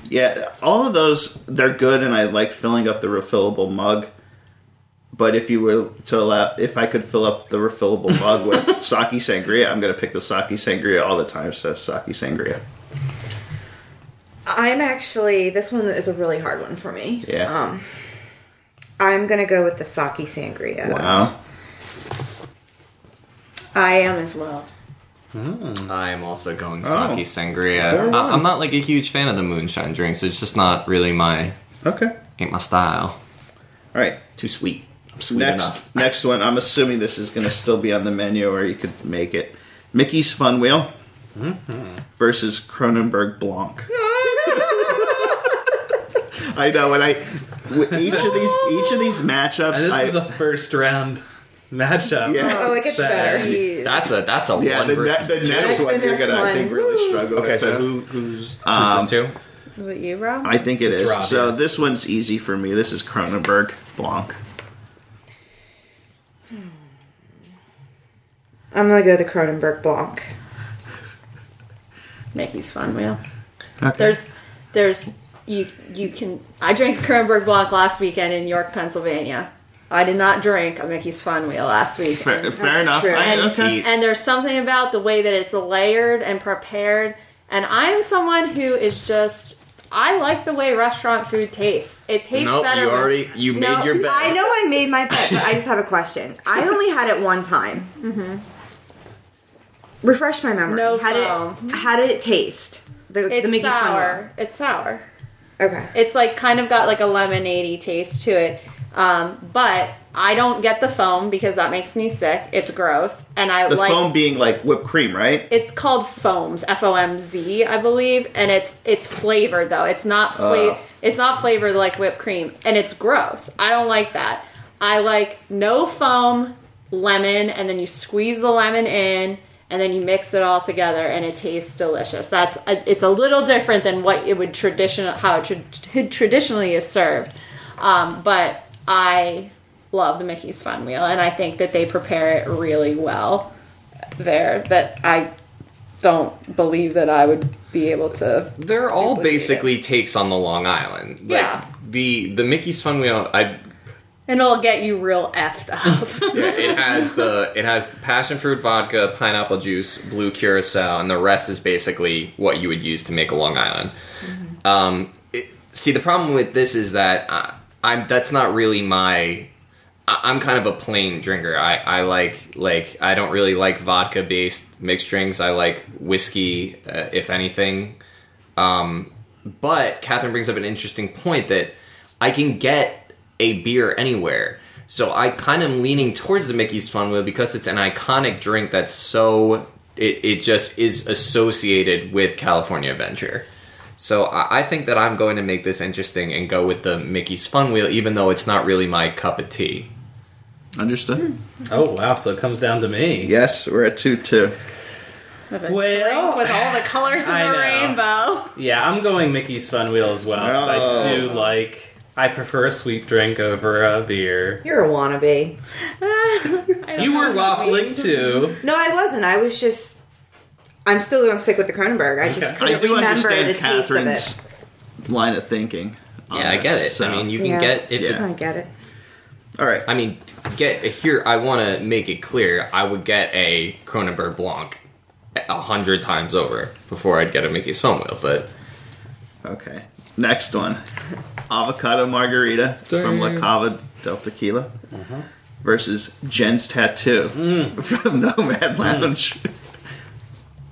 C: Yeah, all of those they're good, and I like filling up the refillable mug. But if you were to allow, if I could fill up the refillable mug with sake sangria, I'm going to pick the sake sangria all the time. So sake sangria.
B: I'm actually this one is a really hard one for me.
C: Yeah.
B: Um, I'm gonna go with the sake sangria.
C: Wow.
B: I am as well.
E: I am also going
C: Oh.
E: sake
C: Fair
E: sangria.
C: one.
E: I, I'm not like a huge fan of the moonshine drinks. It's just not really my
C: Okay. All
E: ain't my style.
C: right.
E: Too sweet. I'm sweet
C: Next,
E: enough.
C: next one. I'm assuming this is going to still be on the menu, or you could make it Mickey's Fun Wheel versus Cronenberg Blanc. I know, and I with each of these each of these matchups,
D: And this
C: I,
D: is a first round matchup.
C: Yeah.
B: Oh, it gets
D: Sad.
B: better.
E: That's a that's a
C: yeah,
E: one
C: the, ne-
E: versus
C: the
E: two.
C: next one
B: The
C: you're
B: next
C: going to I
B: one.
C: think really struggle.
E: Okay,
C: with
E: so
C: that.
E: who who's who's
C: Um,
E: this two?
A: Was it you, Rob?
C: I think it
D: It's
C: is.
D: Rob,
C: so
D: yeah.
C: this one's easy for me. This is Cronenberg Blanc.
B: I'm gonna go the Cronenberg Blanc.
A: Mickey's fun wheel.
C: Okay.
A: There's, there's you you can. I drank Kernberg Blanc last weekend in York, Pennsylvania. I did not drink a Mickey's Fun Wheel last week.
C: fair, fair enough.
B: true.
C: I,
B: And-
C: okay.
A: and there's something about the way that it's layered and prepared and i am someone who is just i like the way restaurant food tastes it tastes
E: Nope,
A: better
E: you
A: when-
E: already you
A: No,
E: made your bet.
B: I know I made my bet, but I just have a question. I only had it one time. Mm-hmm. Refresh my memory.
A: No
B: how did
A: problem.
B: it, how did it taste? The, the
A: it's
B: Mickey's Fun
A: sour it's sour
B: Wheel. Okay.
A: it's like kind of got like a lemonade taste to it um, but i don't get the foam because that makes me sick it's gross and i
C: the
A: like
C: foam being like whipped cream, right?
A: it's called foams f-o-m-z i believe and it's it's flavored though it's not fla-
C: Oh.
A: it's not flavored like whipped cream and it's gross i don't like that i like no foam lemon and then you squeeze the lemon in and then you mix it all together and it tastes delicious that's a, it's a little different than what it would traditional how it tra- traditionally is served um, but i love the mickey's fun wheel and i think that they prepare it really well there that I don't believe that I would be able to.
E: They're all
A: Duplicate it.
E: basically takes on the Long Island. Like,
A: Yeah.
E: The the Mickey's Fun Wheel, I
A: And it'll get you real effed up.
E: Yeah, it has the it has passion fruit vodka, pineapple juice, blue curacao, and the rest is basically what you would use to make a Long Island. Um, it, see, the problem with this is that I, I'm that's not really my. I, I'm kind of a plain drinker. I, I like like I don't really like vodka based mixed drinks. I like whiskey, uh, if anything. Um, But Catherine brings up an interesting point that I can get a beer anywhere. So I kind of leaning towards the Mickey's Fun Wheel because it's an iconic drink that's so it, it just is associated with California Adventure. So I, I think that I'm going to make this interesting and go with the Mickey's Fun Wheel, even though it's not really my cup of tea.
B: Hmm.
C: Understood.
D: Oh wow, so it comes down to me.
C: Yes, we're at two two.
D: Well,
A: with all the colors in
D: I
A: the
D: know.
A: rainbow.
D: yeah, I'm going Mickey's Fun Wheel as well. 'cause I
C: Oh.
D: do like. I prefer a sweet drink over a beer.
B: You're a wannabe.
A: I don't
D: You
A: know
D: were
A: what that
D: waffling
A: means.
D: too.
B: No, I wasn't. I was just. I'm still going to stick with the Cronenberg. I just
D: Okay.
B: couldn't
C: I do
B: remember the
C: understand
B: taste of it.
C: Catherine's line of thinking. on
E: Yeah, I
C: this,
E: get it.
C: so-
E: I mean, you can
B: Yeah.
E: get if
C: Yeah.
E: it's
B: I don't get it.
C: all right.
E: I mean, get here. I want to make it clear. I would get a Cronenberg Blanc a hundred times over before I'd get a Mickey's Fun Wheel. But
C: Okay. Next one. Avocado margarita from La Cava del Tequila
E: Uh-huh.
C: versus Jen's tattoo
E: Mm.
C: from Nomad Lounge.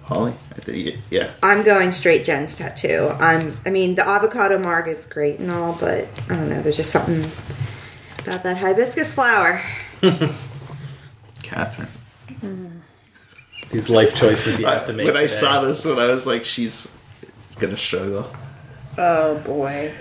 C: Holly, I think you- yeah.
B: I'm going straight Jen's tattoo. I'm. I mean, the avocado marg is great and all, but I don't know. There's just something about that hibiscus flower.
C: Catherine.
D: These life choices you have to make.
C: when I
D: today.
C: saw
E: eh?
C: this one, I was like, she's gonna struggle.
A: Oh boy.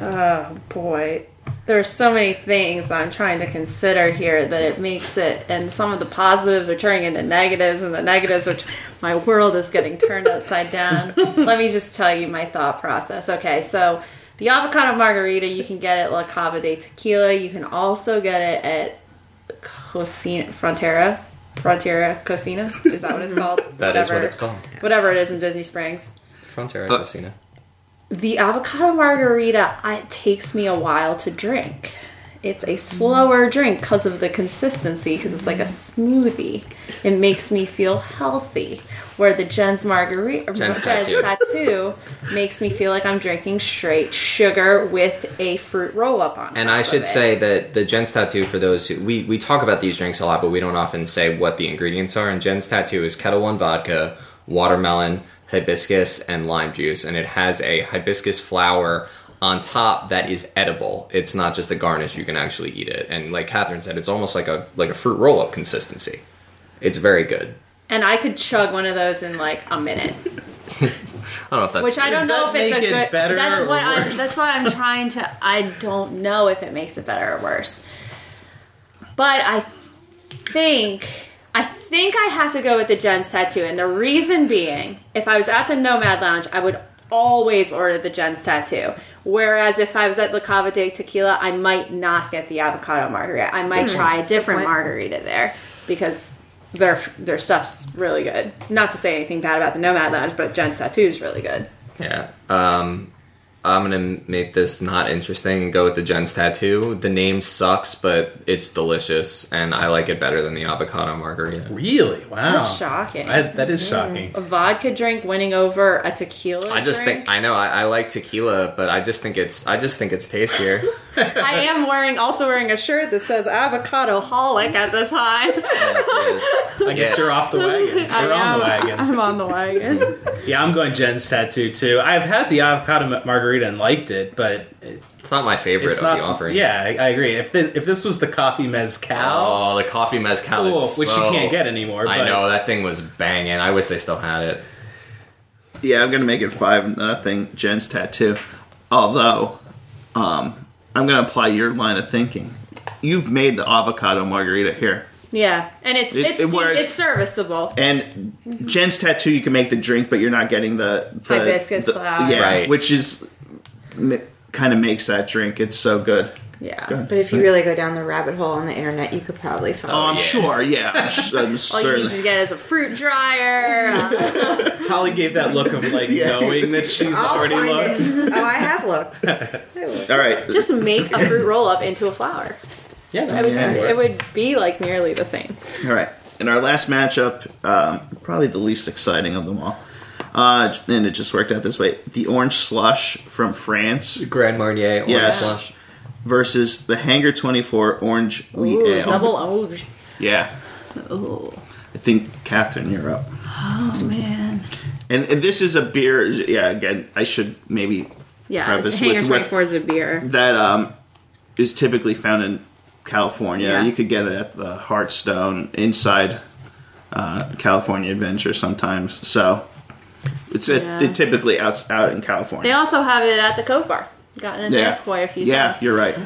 A: Oh boy. There's so many things I'm trying to consider here that it makes it, and some of the positives are turning into negatives, and the negatives are. T- my world is getting turned upside down. Let me just tell you my thought process. Okay, so the avocado margarita you can get at La Cava de Tequila. You can also get it at Cocina Frontera. Frontera Cocina? Is that what it's called?
E: that is what
A: Whatever-
E: it's called.
A: Whatever it is in Disney Springs.
E: Frontera
C: Uh,
E: Casino.
A: the avocado margarita I, it takes me a while to drink. It's a slower drink because of the consistency, because it's like a smoothie. It makes me feel healthy. Where the Jen's margarita,
E: Jen's tattoo.
A: tattoo makes me feel like I'm drinking straight sugar with a fruit roll up on.
E: And
A: top
E: I
A: of
E: should
A: it.
E: say that the Jen's Tattoo, for those who we, we talk about these drinks a lot, but we don't often say what the ingredients are. And Jen's Tattoo is Kettle One vodka, watermelon, hibiscus, and lime juice. And it has a hibiscus flower on top that is edible. It's not just a garnish, you can actually eat it. And like Catherine said, it's almost like a like a fruit roll up consistency. It's very good.
A: and I could chug one of those in like a minute.
E: I don't know if that's
A: Which I
D: Does
A: don't know if
D: that
A: it's a
D: make it
A: good.
D: better
A: that's
D: or
A: what I'm.
D: worse?
A: That's why I'm trying to. I don't know if it makes it better or worse. But I think I think I have to go with the Jen's tattoo, and the reason being, if I was at the Nomad Lounge, I would always order the Jen's tattoo. Whereas if I was at La Cava de Tequila, I might not get the avocado margarita. I might try a different
B: point.
A: margarita there because their their stuff's really good. Not to say anything bad about the Nomad Lounge, but Jen's tattoo is really good.
E: Yeah. Um, I'm gonna make this not interesting and go with the Jen's tattoo. The name sucks, but it's delicious, and I like it better than the avocado margarita.
D: Really? Wow.
A: That's shocking.
D: I, that is shocking.
A: a vodka drink winning over a tequila.
E: I just
A: drink?
E: think I know I, I like tequila, but I just think it's I just think it's tastier.
A: I am wearing also wearing a shirt that says avocado holic at the time.
E: Yes, yes.
D: I guess
E: Yeah.
D: you're off the wagon. You're
A: I
D: on
A: am-
D: the wagon.
A: I'm on the wagon.
D: Yeah, I'm going Jen's tattoo too. I've had the avocado ma- margarita and liked it, but it-
E: It's not my favorite
D: it's
E: of
D: not.
E: the offerings.
D: Yeah, I, I agree. If this, if this was the coffee mezcal,
E: Oh, the coffee mezcal is
D: oh, which you
E: so-
D: can't get anymore, but
E: I know that thing was banging. I wish they still had it.
C: Yeah, I'm gonna make it five nothing. Jen's tattoo. Although, um, I'm gonna apply your line of thinking. You've made the avocado margarita here,
A: yeah, and it's
C: It-
A: it's
C: it wears-
A: it's serviceable.
C: and
A: Mm-hmm.
C: Jen's tattoo. You can make the drink, but you're not getting the, the
A: Hibiscus
C: the-
A: flower.
C: Yeah,
E: Right.
C: which is kind of makes that drink. It's so good.
A: Yeah,
C: Good.
B: But if you really go down the rabbit hole on the internet, you could probably find.
C: Oh, I'm
E: yeah.
C: sure. Yeah, I'm, s- I'm
A: all you
C: certain.
A: need to get is a fruit dryer. uh,
D: Holly gave that look of like knowing that she's
B: I'll
D: already
B: find
D: looked.
B: it. Oh, I have looked. I looked.
C: All right.
A: uh, just make a fruit roll up into a flower.
D: Yeah,
A: I would,
C: Yeah.
A: It would be like nearly the same.
C: All right. And our last matchup, um, probably the least exciting of them all. Uh, and it just worked out this way. The orange slush from France
E: Grand Marnier orange
C: Yes.
E: slush.
C: versus the Hanger 24 orange wheat
A: Ooh,
C: ale.
A: double oh,
C: Yeah.
A: oh,
C: I think, Catherine, you're up.
A: oh man.
C: And, and this is a beer. Yeah, again, I should maybe
A: Yeah,
C: preface
A: Hanger
C: with,
A: Twenty
C: with
A: Four is a beer.
C: that um, is typically found in California.
A: Yeah.
C: You could get it at the Heartstone inside uh, California Adventure sometimes. So it's
A: Yeah.
C: it, typically out out in California.
A: They also have it at the Cove Bar. Gotten in there quite a few
C: yeah,
A: times.
C: you're right.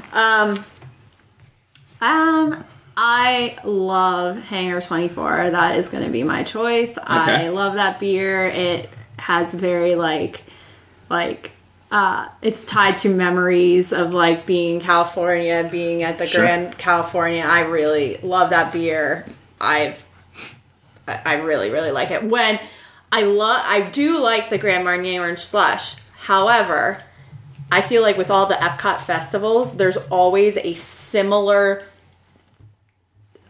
A: Um, I love Hanger 24. That is going to be my choice. I
C: Okay.
A: love that beer. It has very like like uh, it's tied to memories of like being in California, being at the
C: Sure.
A: Grand California. I really love that beer. I've I I really really like it. When I love I do like the Grand Marnier orange slush. However, I feel like with all the Epcot festivals, there's always a similar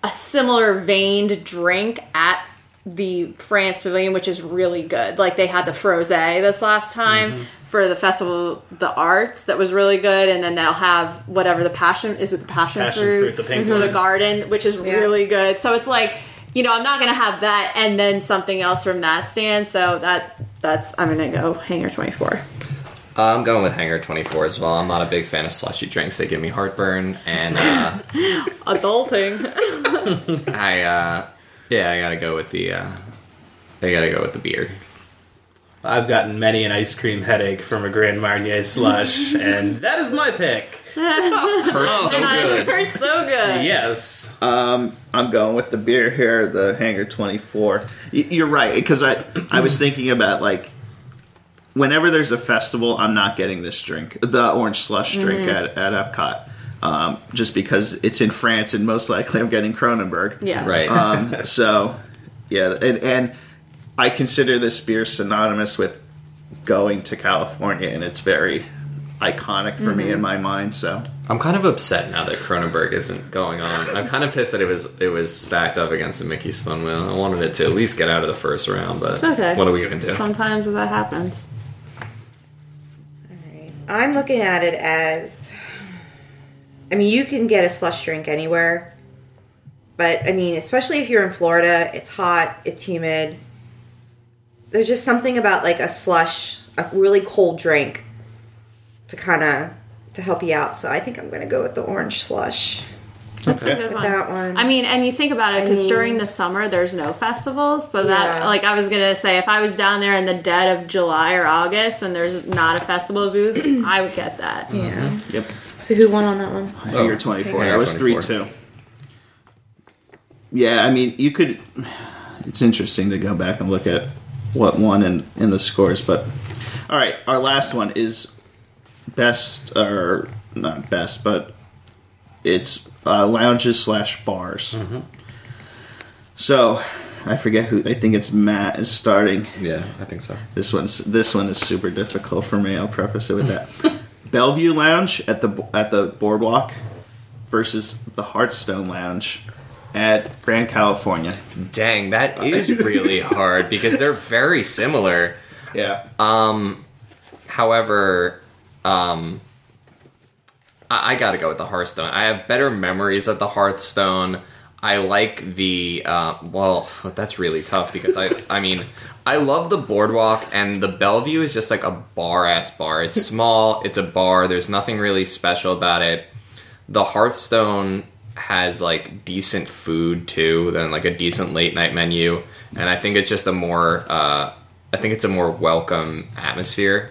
A: a similar veined drink at the France Pavilion, which is really good. Like they had the Froze this last time
D: Mm-hmm.
A: for the Festival of the Arts, that was really good, and then they'll have whatever the passion is it the passion,
D: Passion
A: fruit,
D: fruit, the pink
A: for the
D: one.
A: garden, which is really good. So it's like you know I'm not gonna have that and then something else from that stand. So that that's I'm gonna go Hanger 24.
E: Uh, I'm going with Hanger 24 as well. I'm not a big fan of slushy drinks. They give me heartburn, and uh,
A: Adulting.
E: I uh yeah, I gotta go with the uh I gotta go with the beer.
D: I've gotten many an ice cream headache from a Grand Marnier slush, and that is my pick.
E: Hurts so
A: and I
E: good.
A: heard so good.
D: Yes,
C: I'm going with the beer here, the Hanger 24. Y- You're right because I I was thinking about like whenever there's a festival, I'm not getting this drink, the orange slush drink
A: Mm-hmm.
C: at at Epcot. Um, just because it's in France and most likely I'm getting Cronenberg.
A: Yeah.
E: Right.
C: Um, so, yeah, and, and I consider this beer synonymous with going to California, and it's very iconic for me
A: Mm-hmm.
C: in my mind. So
E: I'm kind of upset now that Cronenberg isn't going on. I'm kind of pissed that it was it was stacked up against the Mickey's Fun Wheel. I wanted it to at least get out of the first round, but
A: It's okay.
E: what are we gonna do?
A: Sometimes that happens.
B: Alright. I'm looking at it as I mean, you can get a slush drink anywhere. But I mean, especially if you're in Florida, it's hot, it's humid. There's just something about like a slush, a really cold drink to kind of to help you out. So I think I'm going to go with the orange slush.
A: That's a
C: Okay.
A: good
B: With
A: one.
B: that one.
A: I mean, and you think about it because
B: mean-
A: during the summer there's no festivals, so that
B: Yeah.
A: like I was gonna say, if I was down there in the dead of July or August and there's not a festival booth, I would get that.
B: Yeah.
C: yep,
B: So who won on that one?
C: I think you're
E: Oh,
C: 24.
E: okay.
C: I was
E: 24.
C: 3 2. Yeah, I mean, you could. It's interesting to go back and look at what won in, in the scores, but. All right, our last one is best, or not best, but it's uh, lounges slash bars. So, I forget who. I think it's Matt is starting.
E: Yeah, I think so.
C: This one's this one is super difficult for me. I'll preface it with that. Bellevue Lounge at the at the Boardwalk versus the Hearthstone Lounge at Grand California.
E: Dang, that is really hard because they're very similar.
C: Yeah,
E: However, um, I, I gotta go with the Hearthstone. I have better memories of the Hearthstone. I like the uh, well, that's really tough because I, I mean, I love the boardwalk and the Bellevue is just like a bar ass bar. It's small. It's a bar. There's nothing really special about it. The Hearthstone has like decent food too, than like a decent late night menu, and I think it's just a more, uh, I think it's a more welcome atmosphere.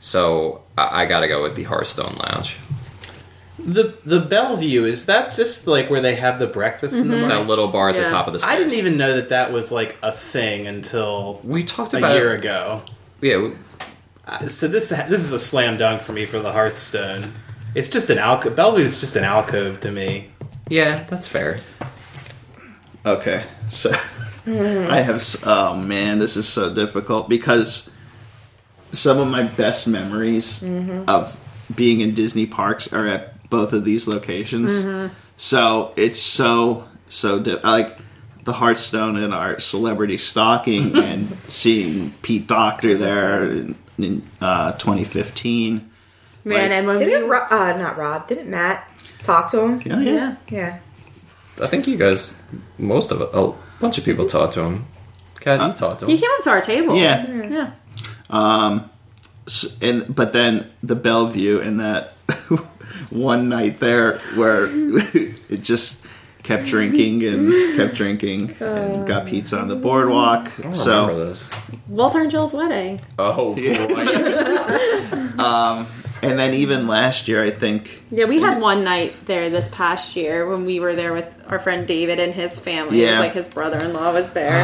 E: So I, I gotta go with the Hearthstone Lounge.
D: The the Bellevue is that just like where they have the breakfast in the
E: It's
D: morning?
E: that little bar at
A: Yeah.
E: the top of the stairs.
D: I didn't even know that that was like a thing until
E: We talked
D: a
E: about
D: year
E: it.
D: ago.
E: Yeah, we-
D: So this this is a slam dunk for me for the Hearthstone. It's just an alcove. Bellevue is just an alcove to me.
E: yeah, that's fair.
C: Okay, so I have. s- Oh man, this is so difficult because some of my best memories of being in Disney parks are at both of these locations. So it's so so di- I like the Hearthstone and our celebrity stalking and seeing Pete Doctor there in, in uh, 2015.
A: Man,
C: Like-
A: and when
B: Didn't
A: we,
B: Ro- uh, not Rob? Didn't Matt talk to him?
C: Yeah, yeah.
A: yeah.
B: Yeah.
E: I think you guys, most of a bunch of people talked to him. Kat,
D: Uh,
E: you talked to
A: You
E: him.
A: came up to our table.
C: yeah.
A: Yeah.
C: S- and but then the Bellevue and that one night there where it just kept drinking and kept drinking and got pizza on the boardwalk.
E: I don't remember
C: So
E: this.
A: Walter and Jill's wedding.
E: Oh, right.
C: and then even last year, I think
A: Yeah, we had one night there this past year when we were there with our friend David and his family. It was
C: Yeah.
A: like his brother in law was there.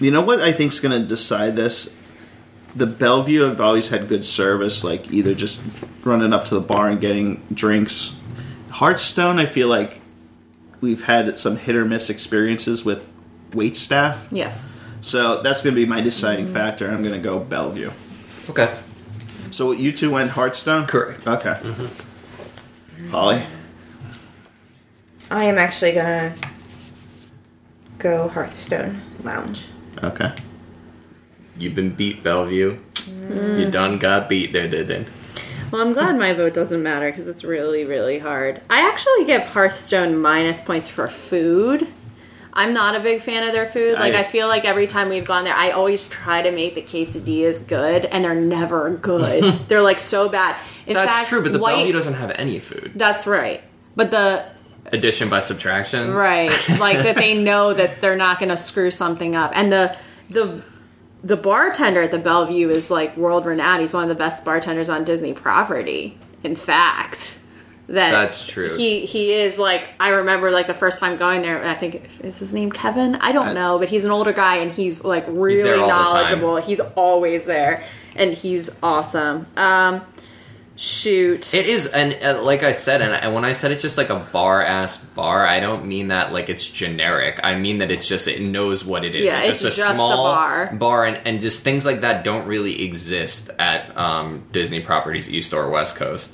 C: you know what I think's going to decide this. The Bellevue have always had good service, like either just running up to the bar and getting drinks. Hearthstone, I feel like we've had some hit or miss experiences with wait staff.
A: yes.
C: So that's going to be my deciding factor. I'm going to go Bellevue.
E: okay.
C: So you two went Hearthstone?
E: Correct.
C: Okay. Holly?
B: I am actually gonna go Hearthstone Lounge.
C: Okay.
E: You've been beat, Bellevue. You done got beat. There, there, there.
A: Well, I'm glad my vote doesn't matter because it's really, really hard. I actually give Hearthstone minus points for food. I'm not a big fan of their food. Like,
C: I-
A: I, feel like every time we've gone there, I always try to make the quesadillas good, and they're never good. they're like so bad. In
E: That's
A: fact,
E: true, but the
A: white,
E: Bellevue doesn't have any food.
A: That's right. But the
E: Addition by subtraction.
A: right like that they know that they're not going to screw something up and the the the bartender at the bellevue is like world renowned he's one of the best bartenders on disney property in fact that
E: That's true.
A: he he is like i remember like the first time going there and i think is his name kevin i don't
C: Uh,
A: know but he's an older guy and he's like really
E: there all the time.
A: knowledgeable he's always there and he's awesome um shoot.
E: It is, and uh, like I said, and, I, and when I said it's just like a bar ass bar, I don't mean that like it's generic. I mean that it's just it knows what it is.
A: Yeah, it's just a bar.
E: bar, and, and just things like that don't really exist at um, Disney properties East or West Coast.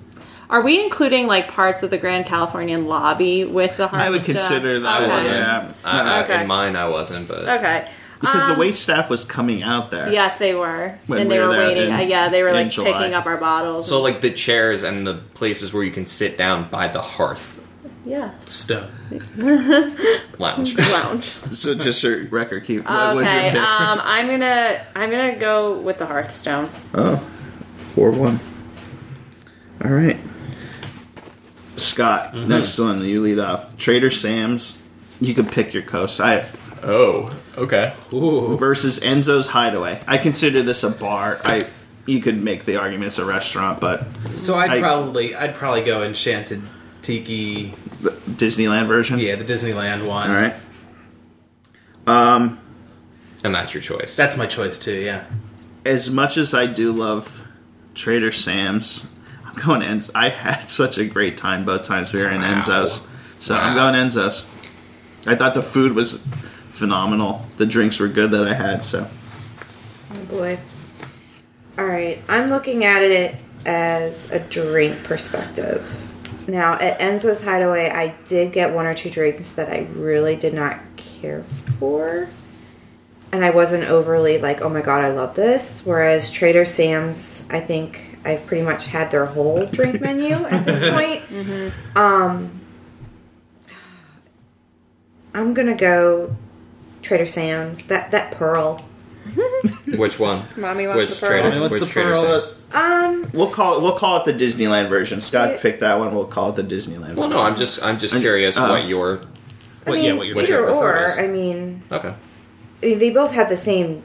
A: Are we including like parts of the Grand Californian lobby with the
C: I would
A: Harmstead?
C: consider that.
A: Okay.
E: wasn't.
C: Yeah.
E: I, I-
A: Okay.
E: In mine, I wasn't, but
A: Okay.
C: because the wait staff was coming out there.
A: Yes, they were.
C: When
A: and
C: we
A: they
C: were
A: were,
C: there
A: waiting.
C: in-
A: uh, yeah, they were
C: in
A: like
C: July.
A: picking up our bottles.
E: so like the chairs and the places where you can sit down by the hearth
A: yes.
D: Stone.
E: lounge.
A: Lounge.
C: So just your record keep. What was your
A: okay.
C: pick?
A: Um, I'm gonna I'm gonna go with the Hearthstone.
C: Oh, 4 1. All right. Scott, next one. You lead off. Trader Sam's. You can pick your coast. I
E: oh, okay.
D: Ooh.
C: versus Enzo's Hideaway. I consider this a bar. I you could make the argument it's a restaurant, but
D: So I'd
C: I-
D: probably I'd probably go Enchanted Tiki.
C: the Disneyland version.
D: Yeah, the Disneyland one.
C: All right.
E: And that's your choice.
D: That's my choice too. Yeah.
C: As much as I do love Trader Sam's, I'm going Enzo. I had such a great time both times we were in
E: Wow.
C: Enzo's. So I'm
E: Wow.
C: going Enzo's. I thought the food was phenomenal. The drinks were good that I had. So
B: Oh boy. All right, I'm looking at it as a drink perspective. Now, at Enzo's Hideaway, I did get one or two drinks that I really did not care for. And I wasn't overly like, oh my god, I love this. Whereas Trader Sam's, I think I've pretty much had their whole drink menu at this point. Um, I'm gonna go Trader Sam's. That that pearl.
E: Which one?
A: Mommy wants
E: Which
A: the pearl.
E: trader?
D: Mommy wants
E: Which
D: the
E: trader?
D: pearl.
E: says?
B: Um,
C: we'll call it we'll call it the Disneyland version. Scott
B: Yeah.
C: picked that one. We'll call it the Disneyland.
E: Well,
C: version.
E: no, I'm just I'm just
C: And-
E: curious
D: uh,
C: oh.
E: what your
B: I
D: Well,
B: mean,
D: yeah, what your
E: Which
B: either
E: I prefer
B: or.
E: is-
B: I mean,
E: okay.
B: I mean, they both have the same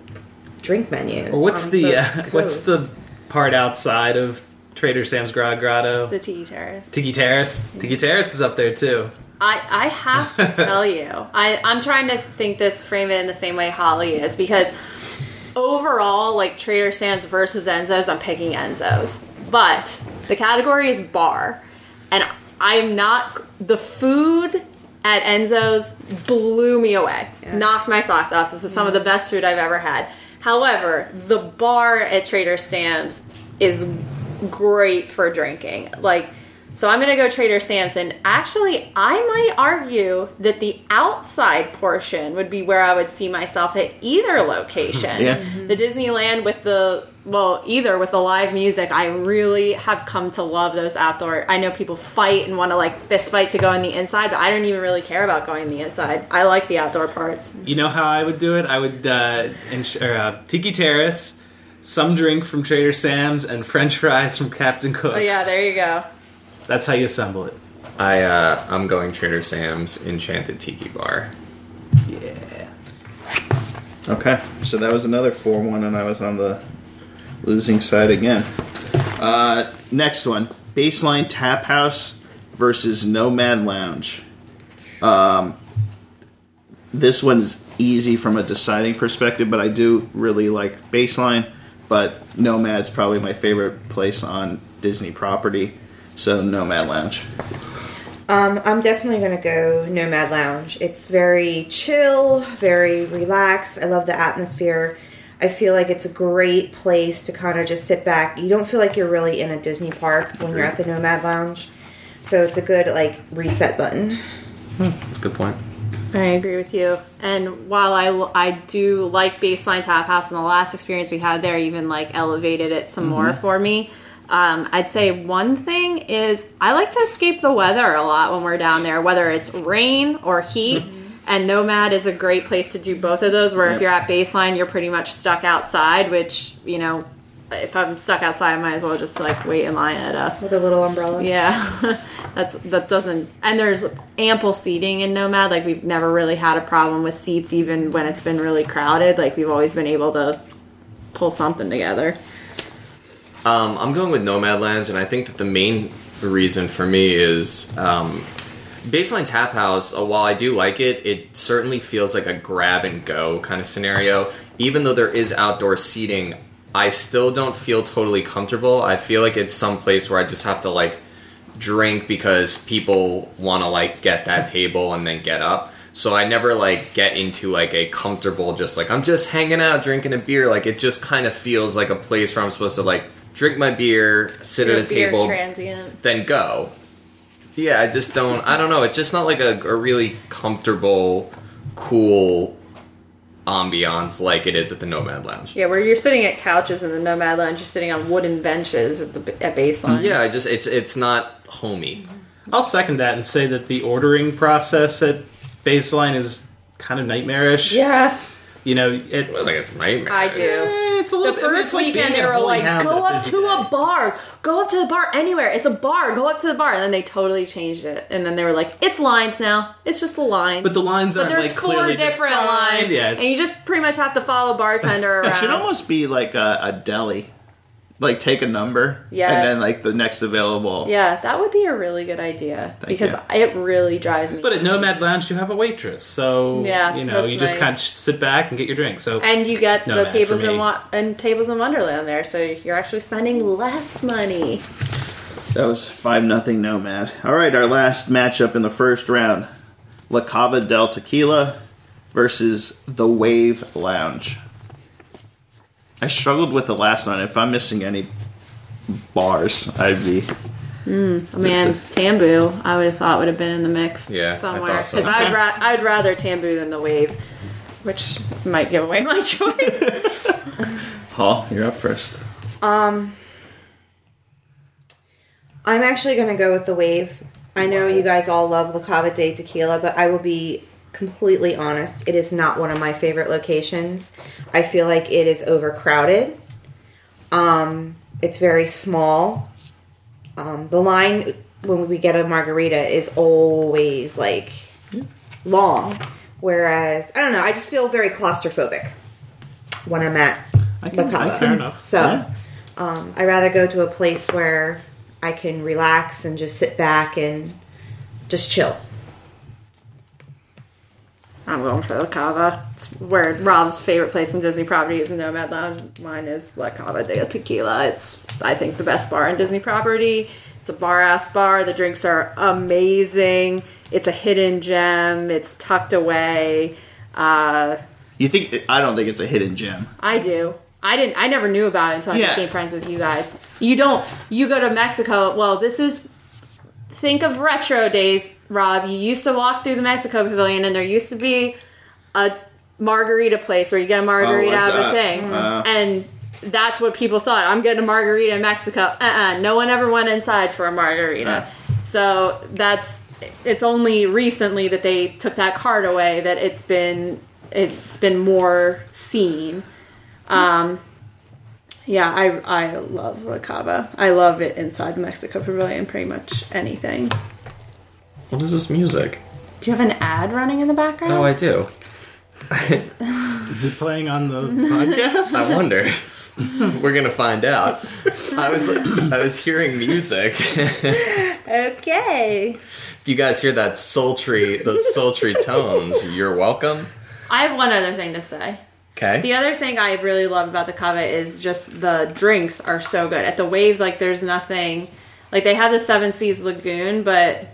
B: drink menus.
D: Or what's
B: on
D: the
B: both
D: uh, what's
B: coasts.
D: the part outside of Trader Sam's Grog Grotto?
A: The tea terrace.
D: Tiki Terrace. Tiki Terrace is up there too.
A: I, I have to tell you, I, I'm trying to think this, frame it in the same way Holly is, because overall, like Trader Sam's versus Enzo's, I'm picking Enzo's. But the category is bar, and I'm not, the food at Enzo's blew me away, knocked my socks off. This is some of the best food I've ever had. However, the bar at Trader Sam's is great for drinking. Like, so I'm gonna go Trader Sam's, and actually, I might argue that the outside portion would be where I would see myself at either location.
C: Yeah.
A: The Disneyland with the well, either with the live music, I really have come to love those outdoor. I know people fight and want to like fist fight to go on the inside, but I don't even really care about going on the inside. I like the outdoor parts.
D: You know how I would do it? I would uh, ins- or, uh, Tiki Terrace, some drink from Trader Sam's, and French fries from Captain Cook's.
A: Oh yeah, there you go.
D: That's how you assemble it.
E: I uh, I'm going Trader Sam's Enchanted Tiki Bar.
D: Yeah.
C: Okay, so that was another 4 1, and I was on the losing side again. Uh, next one Baseline Tap House versus Nomad Lounge. Um, this one's easy from a deciding perspective, but I do really like Baseline, but Nomad's probably my favorite place on Disney property, so Nomad Lounge.
B: Um, I'm definitely going to go Nomad Lounge. It's very chill, very relaxed. I love the atmosphere. I feel like it's a great place to kind of just sit back. You don't feel like you're really in a Disney park when you're at the Nomad Lounge. So it's a good like reset button.
E: That's a good point.
A: I agree with you. And while I, I do like Baseline Tap House, and the last experience we had there even like elevated it some more for me. Um, I'd say one thing is I like to escape the weather a lot when we're down there, whether it's rain or heat. And Nomad is a great place to do both of those. Where if
C: Yep.
A: you're at Baseline, you're pretty much stuck outside, which you know, if I'm stuck outside, I might as well just like wait in line at a
B: With a little umbrella.
A: yeah, that's that doesn't. And there's ample seating in Nomad. Like we've never really had a problem with seats, even when it's been really crowded. Like we've always been able to pull something together.
E: Um, I'm going with Nomadlands, and I think that the main reason for me is um, Baseline Tap House. Uh, while I do like it, it certainly feels like a grab and go kind of scenario. Even though there is outdoor seating, I still don't feel totally comfortable. I feel like it's some place where I just have to like drink because people want to like get that table and then get up. So I never like get into like a comfortable just like I'm just hanging out drinking a beer. Like it just kind of feels like a place where I'm supposed to like drink my beer, sit
A: You're
E: at a table,
A: transient.
E: then go. Yeah, I just don't. I don't know. It's just not like a, a really comfortable, cool ambiance like it is at the Nomad Lounge.
A: Yeah, where you're sitting at couches in the Nomad Lounge, you're sitting on wooden benches at the at baseline.
E: Yeah, I just it's it's not homey.
D: I'll second that and say that the ordering process at baseline is kind of nightmarish.
A: Yes,
D: You know, it,
E: Well, like it's nightmare.
A: I do.
D: eh, it's a
A: The
D: little. I mean, it's
A: first
D: like
A: weekend
D: being
A: they
D: a
A: were
D: holy
A: like,
D: hound
A: go
D: on
A: up
D: busy
A: to
D: day."
A: a bar, go up to the bar anywhere. It's a bar, go up to the bar, and then they totally changed it. And then they were like, it's lines now. It's just the lines.
D: But the lines
A: but
D: aren't,
A: there's
D: like,
A: four
D: clearly
A: different
D: defined.
A: lines,
D: Yeah,
A: and
D: it's-
A: you just pretty much have to follow a bartender around.
C: It should almost be like a, a deli. Like take a number,
A: Yes.
C: and then like the next available.
A: yeah, that would be a really good idea because it really drives me.
D: But at Nomad Lounge, you have a waitress, so
A: Yeah,
D: you know
A: that's
D: you just
A: nice.
D: kind of sit back and get your drink. So
A: and you get
D: No,
A: the
D: man, for
A: tables in
D: me.
A: wa- and tables in Wonderland there, so you're actually spending less money.
C: That was five nothing Nomad. All right, our last matchup in the first round: La Cava del Tequila versus the Wave Lounge. I struggled with the last one. If I'm missing any bars, I'd be.
A: Man, Tambu, I would have thought would have been in the mix
E: Yeah, I
A: somewhere
E: thought so.
A: because I'd ra- I'd rather Tambu than the Wave, which might give away my choice.
C: Paul, you're up first.
B: Um, I'm actually going to go with the wave. I know you guys all love La Cava de Tequila, but I will be completely honest. It is not one of my favorite locations. I feel like it is overcrowded. Um, it's very small. Um, the line when we get a margarita is always like long, whereas I don't know. I just feel very claustrophobic when I'm at
C: I
B: La
C: I
B: Cava.
D: Fair enough.
B: So
C: Yeah.
B: um, I rather go to a place where I can relax and just sit back and just chill.
A: I'm going for La Cava. It's where Rob's favorite place in Disney property is the Nomad Lounge. Mine is La Cava de Tequila. It's I think the best bar in Disney property. It's a bar ass bar. The drinks are amazing. It's a hidden gem. It's tucked away. Uh,
C: You think? I don't think it's a hidden gem.
A: I do. I didn't. I never knew about it until I
C: Yeah.
A: became friends with you guys. You don't. You go to Mexico. Well, this is. Think of retro days, Rob. You used to walk through the Mexico Pavilion, and there used to be a margarita place where you get a margarita out
C: what's
A: of a
C: that? Uh-huh.
A: thing,
C: Wow.
A: and that's what people thought. I'm getting a margarita in Mexico. Uh-uh. No one ever went inside for a margarita.
C: Uh-huh.
A: So that's. It's only recently that they took that card away that it's been it's been more seen. Um, Yeah, I I love La Cava. I love it inside the Mexico Pavilion, pretty much anything. Do
E: What is this music?
A: you have an ad running in the background?
E: Oh, I do.
D: Is it playing on the podcast?
E: I wonder. We're gonna find out. I was I was hearing music.
A: okay.
E: if you guys hear that sultry those sultry tones, you're welcome.
A: I have one other thing to say.
E: Okay.
A: The other thing I really love about the Cava is just the drinks are so good. At the Wave, like there's nothing. Like they have the Seven Seas Lagoon, but mm-mm,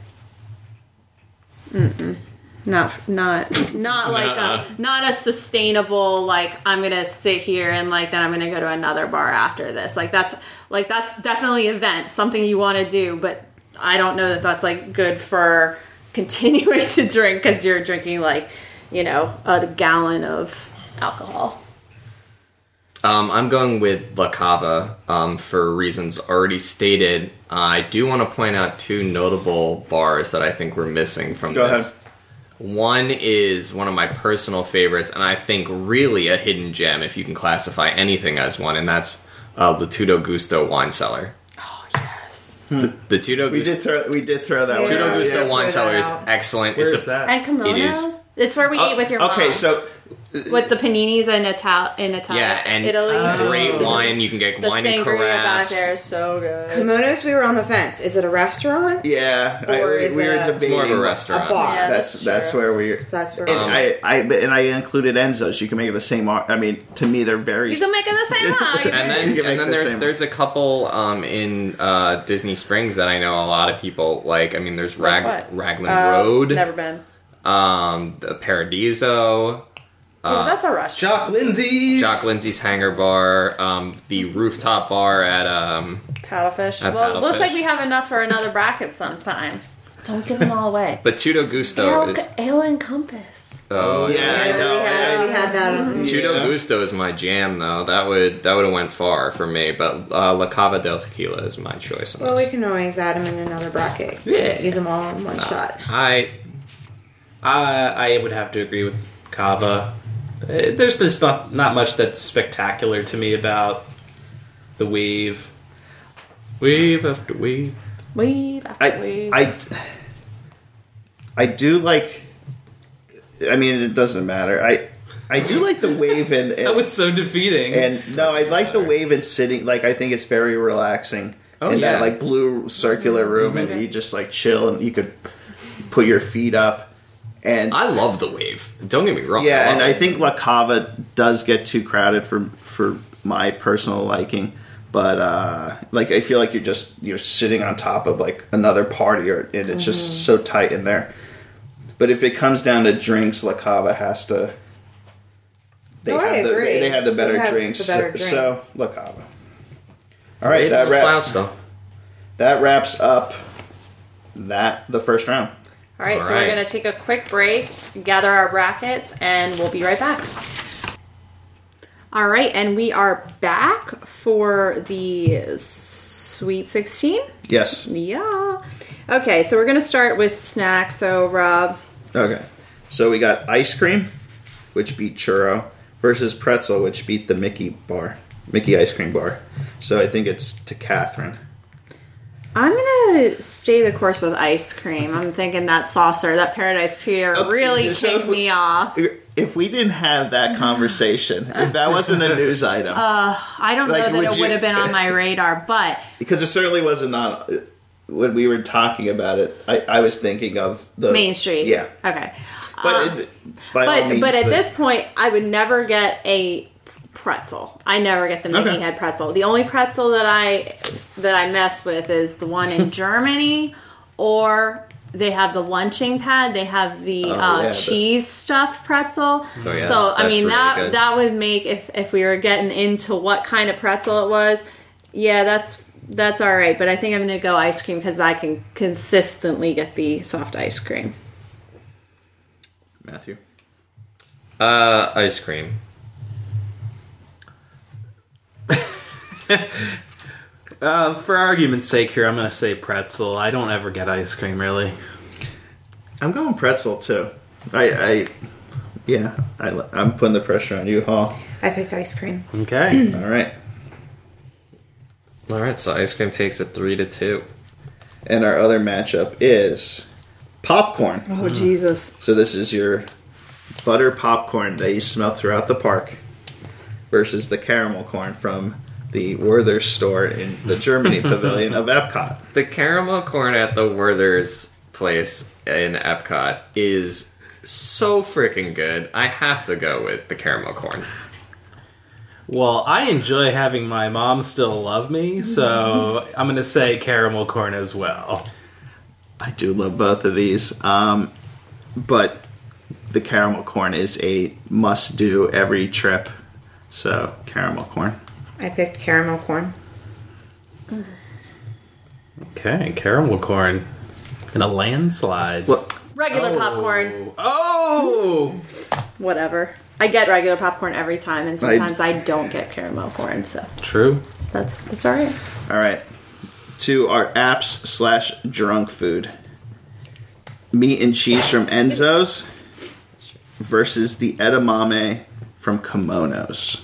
A: not not not like
D: Nuh-uh.
A: a not a sustainable like I'm gonna sit here and like then I'm gonna go to another bar after this. Like that's like that's definitely event something you want to do, but I don't know that that's like good for continuing to drink because you're drinking like you know a gallon of alcohol.
E: Um, I'm going with La Cava um, for reasons already stated. I do want to point out two notable bars that I think we're missing from
C: Go
E: this. One is one of my personal favorites, and I think really a hidden gem if you can classify anything as one, and that's uh, Latudo Gusto Wine Cellar. Oh, yes. The Tudo
C: We
E: Gusto,
C: did throw. We did throw that
E: Tudo
B: Yeah,
C: one. out,
E: Gusto
C: yeah.
B: throw
E: Wine
B: that
E: Cellar is
B: out.
E: excellent.
D: Where's
E: it's a,
D: that?
A: And kimonos.
E: It is-
A: It's where we
C: Oh,
A: eat with your mom.
C: okay, so
A: with the paninis in Ital in Itali-
E: Yeah, and
A: Italy. Oh.
E: great wine. You can get
A: the
E: wine and
A: sangria back
E: carafes.
A: there is so good.
B: Kimonos, we were on the fence. Is it a restaurant?
C: Yeah, I,
B: Or
C: we
B: is
C: we
B: it
C: were
B: a- It's
C: debating.
E: more of a
B: A bar.
E: restaurant.
A: Yeah,
C: That's
A: that's
C: that's
A: true.
C: where we.
B: So that's where
C: And
E: Um,
B: we're
C: I, I and I included Enzo's. You can make it the same. ar- I mean, to me, they're very.
A: You can make it the same
E: And
A: argument.
E: then,
C: You can make
E: and then
C: the
E: there's
C: same
E: there's a couple um, in uh, Disney Springs that I know a lot of people like. I mean, there's Rag
A: what?
E: Raglan
A: Uh,
E: Road,
A: Never been.
E: um, the Paradiso, Uh,
A: Oh, that's a rush.
D: Jock Lindsay's.
E: Jock Lindsey's Hangar Bar, um, the rooftop bar at um,
A: Paddlefish.
E: Uh,
A: well, it looks
E: paddlefish.
A: like we have enough for another bracket sometime. Don't give them all away.
E: Batuto Gusto.
A: ale,
E: is,
A: ale and compass.
E: oh,
C: Yeah, I
B: we,
C: know.
B: had, we had that on
E: Tudo
C: Yeah.
E: Gusto is my jam, though. That would that would have went far for me. But uh, La Cava del Tequila is my choice on
B: Well, we
E: this.
B: can always add them in another bracket.
D: Yeah.
B: Use them all in one shot.
E: I
D: Uh, I would have to agree with Kava. Uh, There's just not not much that's spectacular to me about the weave.
E: weave after weave.
A: Weave after
C: I,
A: weave.
C: I I do like. I mean, it doesn't matter. I I do like the wave and and,
D: That was so defeating.
C: and no, I like the
E: matter.
C: wave and sitting. Like I think it's very relaxing.
E: Oh,
C: in
E: yeah.
C: that like blue circular room,
A: Mm-hmm.
C: and you just like chill, and you could put your feet up, and
E: I love the wave. Don't get me wrong.
C: yeah,
E: love
C: and I
E: it.
C: think La Cava does get too crowded for for my personal liking. But uh, like, I feel like you're just you're sitting on top of like another party, or, and it's just so
B: Mm-hmm.
C: tight in there. But if it comes down to drinks, La Cava has to. They
B: No, I
C: have the
B: agree.
C: they, they have the better
B: They have the
C: drinks,
B: better
C: so, so
B: drinks.
C: La Cava. All right,
E: Waves
C: that,
E: no
C: wrap-
E: slouch, though.
C: that wraps up that the first round.
A: all right, so we're
E: Alright.
A: going to take a quick break, gather our brackets, and we'll be right back. All right, and we are back for the Sweet 16.
C: Yes.
A: Yeah. Okay, so we're going to start with snacks. So, Rob,
C: Okay. So we got ice cream, which beat churro, versus pretzel, which beat the Mickey bar, Mickey ice cream bar. So I think it's to Catherine.
A: I'm gonna stay the course with ice cream. I'm thinking that saucer, that Paradise Pier,
C: Okay,
A: really
C: so
A: kicked
C: if we-
A: me off.
C: If we didn't have that conversation, if that wasn't a news item,
A: Uh, I don't
C: like,
A: know
C: would
A: that it
C: you-
A: would have been on my radar, but
C: because it certainly wasn't on when we were talking about it. I, I was thinking of the
A: Main Street.
C: Yeah,
A: Okay.
C: but it, by all
A: But
C: means, uh,
A: but at
C: the-
A: this point, I would never get a pretzel. I never get the mini
C: Okay.
A: head pretzel. The only pretzel that I that I mess with is the one in Germany, or they have the lunching pad. They have the uh,
C: yeah,
A: cheese stuffed pretzel.
E: yeah,
A: so
E: that's-
A: I mean that
E: that's really good.
A: that would make if if we were getting into what kind of pretzel it was. Yeah, that's. That's all right, but I think I'm gonna go ice cream because I can consistently get the soft ice cream.
C: Matthew.
E: Uh, ice cream.
D: Uh, for argument's sake, here I'm going to say pretzel. I don't ever get ice cream really.
C: I'm going pretzel too. I, I yeah, I, li- I'm putting the pressure on you, Hall.
B: I picked ice cream.
D: Okay.
C: All right.
E: All right, so ice cream takes it three to two.
C: And our other matchup is popcorn.
A: Oh Jesus!
C: So this is your butter popcorn that you smell throughout the park versus the caramel corn from the Werther's store in the Germany pavilion of Epcot.
E: The caramel corn at the Werther's place in Epcot is so freaking good. I have to go with the caramel corn.
D: Well, I enjoy having my mom still love me, so I'm going to say caramel corn as well.
C: I do love both of these, um, but the caramel corn is a must-do every trip. So caramel corn.
B: I picked caramel corn.
D: Okay, caramel corn in a landslide.
C: Well,
A: Regular popcorn,
D: Oh,
A: whatever. I get regular popcorn every time, and sometimes I, don't get caramel corn, so
D: true.
A: that's that's all right.
C: All right. To our apps slash drunk food. Meat and cheese from Enzo's versus the edamame from Kimono's.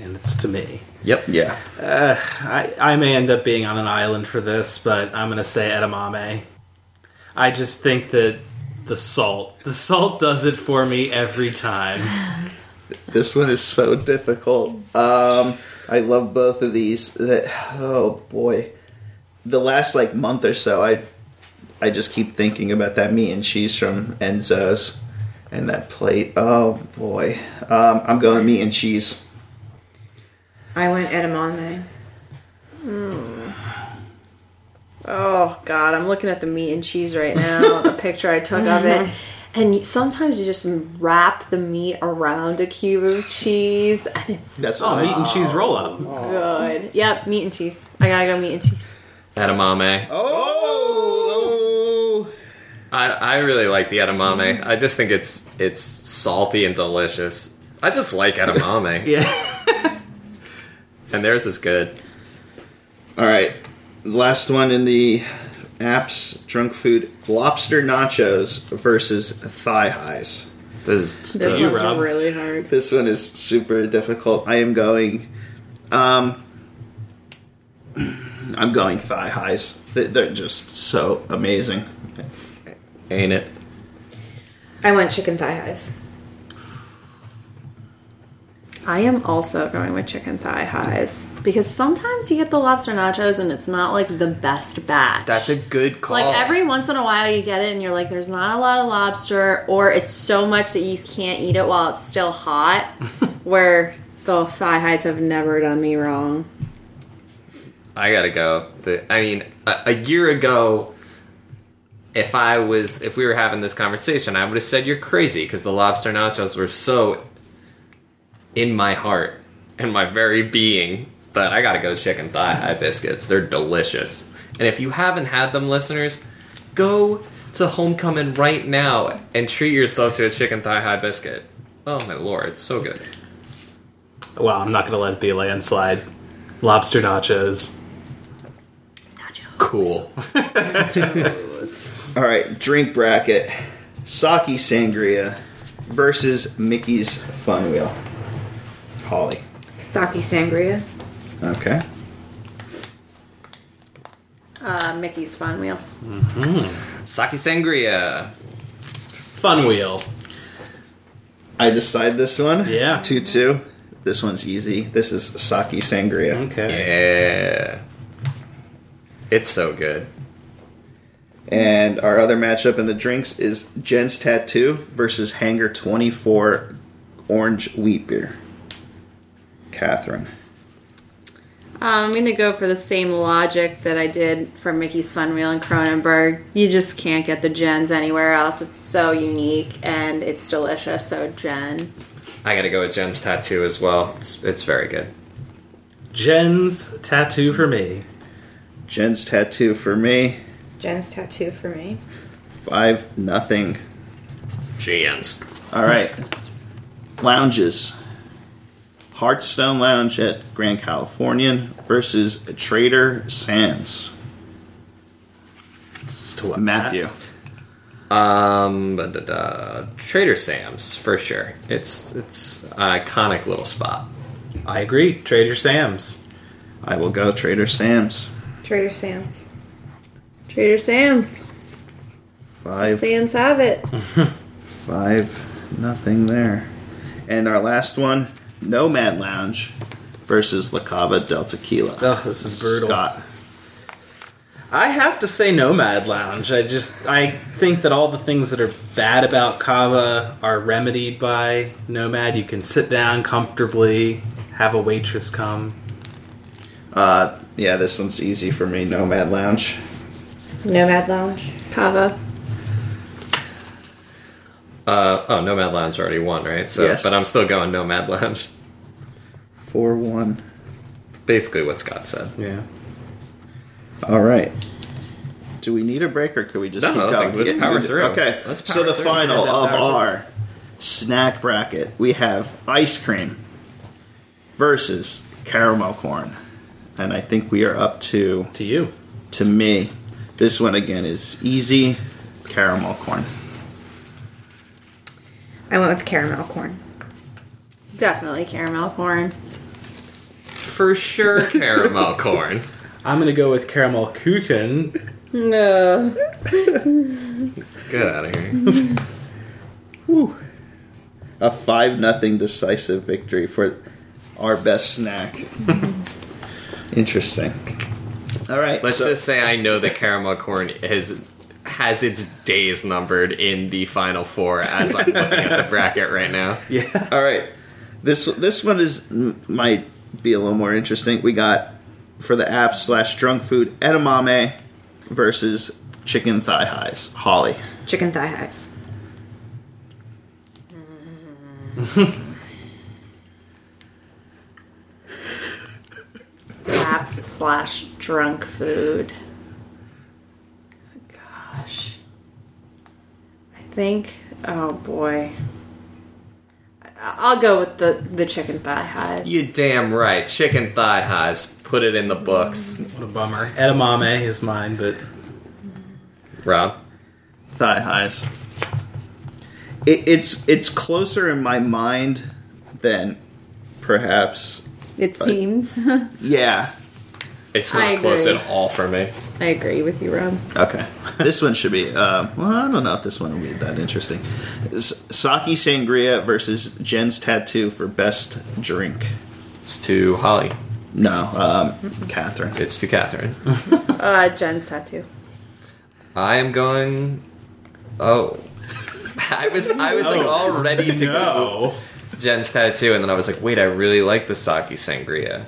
D: And it's to me.
E: Yep.
C: Yeah.
D: I, I may end up being on an island for this, but I'm gonna say edamame. I just think that the salt, the salt does it for me every time.
C: This one is so difficult. Um, I love both of these. That oh boy, the last like month or so, I I just keep thinking about that meat and cheese from Enzo's and that plate. Oh boy, um, I'm going meat and cheese.
B: I went edamame.
A: Oh God, I'm looking at the meat and cheese right now. the picture I took of it, and you- sometimes you just wrap the meat around a cube of cheese, and it's
C: That's
D: Oh,
C: what
D: meat
C: I,
D: and cheese roll up.
A: good. Yep, meat and cheese. I gotta go meat and cheese.
E: Edamame.
C: oh,
E: I, I really like the edamame. I just think it's it's salty and delicious. I just like edamame.
D: Yeah.
E: And theirs is good.
C: All right, last one in the apps drunk food: lobster nachos versus thigh highs.
E: This is
A: This
D: You,
A: one's
D: Rob.
A: really hard.
C: This one is super difficult. I am going. Um, I'm going thigh highs. They- They're just so amazing.
E: ain't it?
B: I went chicken thigh highs.
A: I am also going with chicken thigh highs because sometimes you get the lobster nachos and it's not like the best batch.
E: That's a good call.
A: like every once in a while you get it and you're like, there's not a lot of lobster, or it's so much that you can't eat it while it's still hot. where the thigh highs have never done me wrong.
E: I gotta go. The, I mean, a, a year ago, if I was, if we were having this conversation, I would have said you're crazy because the lobster nachos were so in my heart and my very being. But I gotta go chicken thigh high biscuits. They're delicious. And if you haven't had them, listeners, go to homecoming right now and treat yourself to a chicken thigh high biscuit. Oh my lord, it's so good.
D: Well, I'm not gonna let it be a landslide. Lobster nachos.
E: Cool.
C: All right, drink bracket: sake sangria versus Mickey's Fun Wheel. Holly.
B: Sake sangria.
C: Okay.
A: Uh, Mickey's fun wheel.
E: Sake sangria.
D: Fun wheel.
C: I decide this one.
D: Yeah.
C: Two two. This one's easy. This is sake sangria.
D: Okay.
E: Yeah. It's so good.
C: And our other matchup in the drinks is Jen's Tattoo versus Hanger 24 Orange Wheat Beer. Catherine.
A: Um, I'm gonna go for the same logic that I did for Mickey's Fun Wheel in Cronenberg. You just can't get the gens anywhere else. It's so unique and it's delicious. So Jen,
E: I gotta go with Jen's tattoo as well. It's it's very good.
D: Jen's tattoo for me.
C: Jen's Tattoo for me,
B: Jen's tattoo for me.
C: 5 nothing.
E: Jen's.
C: All right. Lounges. Hearthstone Lounge at Grand Californian versus Trader Sam's.
D: Just to what-
C: Matthew.
E: Um, but the- the Trader Sam's for sure. It's it's an iconic little spot.
D: I agree. Trader Sam's.
C: I will go Trader Sam's.
B: Trader Sam's.
A: Trader Sam's,
C: 5
A: Sam's have it.
C: Five, nothing there. And our last one, Nomad Lounge versus La Cava del Tequila.
D: Oh, this is brutal.
C: Scott.
D: I have to say Nomad Lounge. I just I think that all the things that are bad about Kava are remedied by Nomad. You can sit down comfortably, have a waitress come.
C: Uh, yeah, this one's easy for me, Nomad Lounge.
B: Nomad Lounge.
A: Cava.
E: Uh oh, Nomad Lounge already won, right? So,
C: Yes.
E: but I'm still going Nomad Lounge.
C: 4 1.
E: Basically, what Scott said.
D: Yeah.
C: All right. Do we need a break or could we just
E: No,
C: keep
E: I don't
C: going?
E: think- let's
C: Yeah,
E: power
C: we-
E: through.
C: Okay,
E: Let's
C: so
E: power
C: the
E: through.
C: final
D: Yeah,
C: of
D: power through.
C: our snack bracket, we have ice cream versus caramel corn. And I think we are up to
D: To you.
C: to me, this one again is easy caramel corn.
B: I went with caramel corn.
A: Definitely caramel corn.
E: For sure, caramel corn.
D: I'm gonna go with caramel kuchen.
A: No.
E: Get out of here.
C: Whew. a five nothing decisive victory for our best snack. Interesting. All right,
E: Let's
C: so-
E: just say I know that caramel corn is has its days numbered in the final four as I'm looking at the bracket right now.
D: Yeah.
C: All right, this this one is might be a little more interesting. We got for the app slash drunk food edamame versus chicken thigh highs. Holly,
B: Chicken thigh highs.
A: Perhaps slash drunk food. Gosh. I think, oh boy. I- I'll go with the, the chicken thigh highs.
E: You damn right, chicken thigh highs. Put it in the books,
D: What a bummer. Edamame is mine, but
E: Rob.
C: thigh highs. It, it's it's closer in my mind than perhaps.
A: it seems.
C: Yeah.
E: It's
A: I
E: not close
A: agree.
E: at all for me.
A: I agree with you, Rob.
C: Okay. This one should be. Um, well, I don't know if this one will be that interesting. S- Saki Sangria versus Jen's Tattoo for best drink.
E: It's to Holly.
C: No, um, Catherine.
E: It's to Catherine.
A: Uh, Jen's tattoo.
E: I am going. Oh, I was I was like
D: No.
E: all ready to go
D: Oh. no.
E: Jen's tattoo, and then I was like, wait, I really like the sake sangria.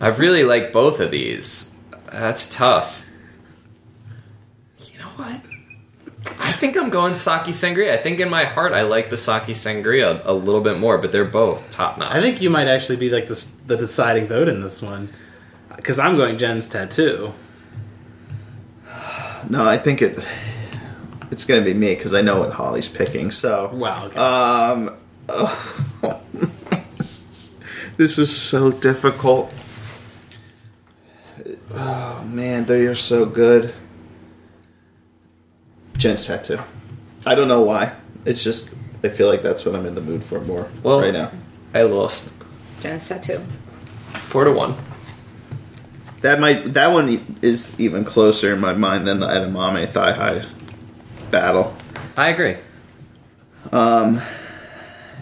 E: I really like both of these. That's tough. You know what? I think I'm going sake sangria. I think in my heart I like the sake sangria a little bit more, but they're both top notch.
D: I think you might actually be like the, s- the deciding vote in this one. Because I'm going Jen's tattoo.
C: No, I think it. It's gonna be me because I know what Holly's picking. So
D: Wow. Okay.
C: this is so difficult. Oh man, they are so good. Gents tattoo. I don't know why. It's just I feel like that's what I'm in the mood for more
E: Well-
C: right now.
E: I lost
B: Jen's tattoo.
E: four to one.
C: That might that one is even closer in my mind than the edamame thigh high battle.
E: I agree.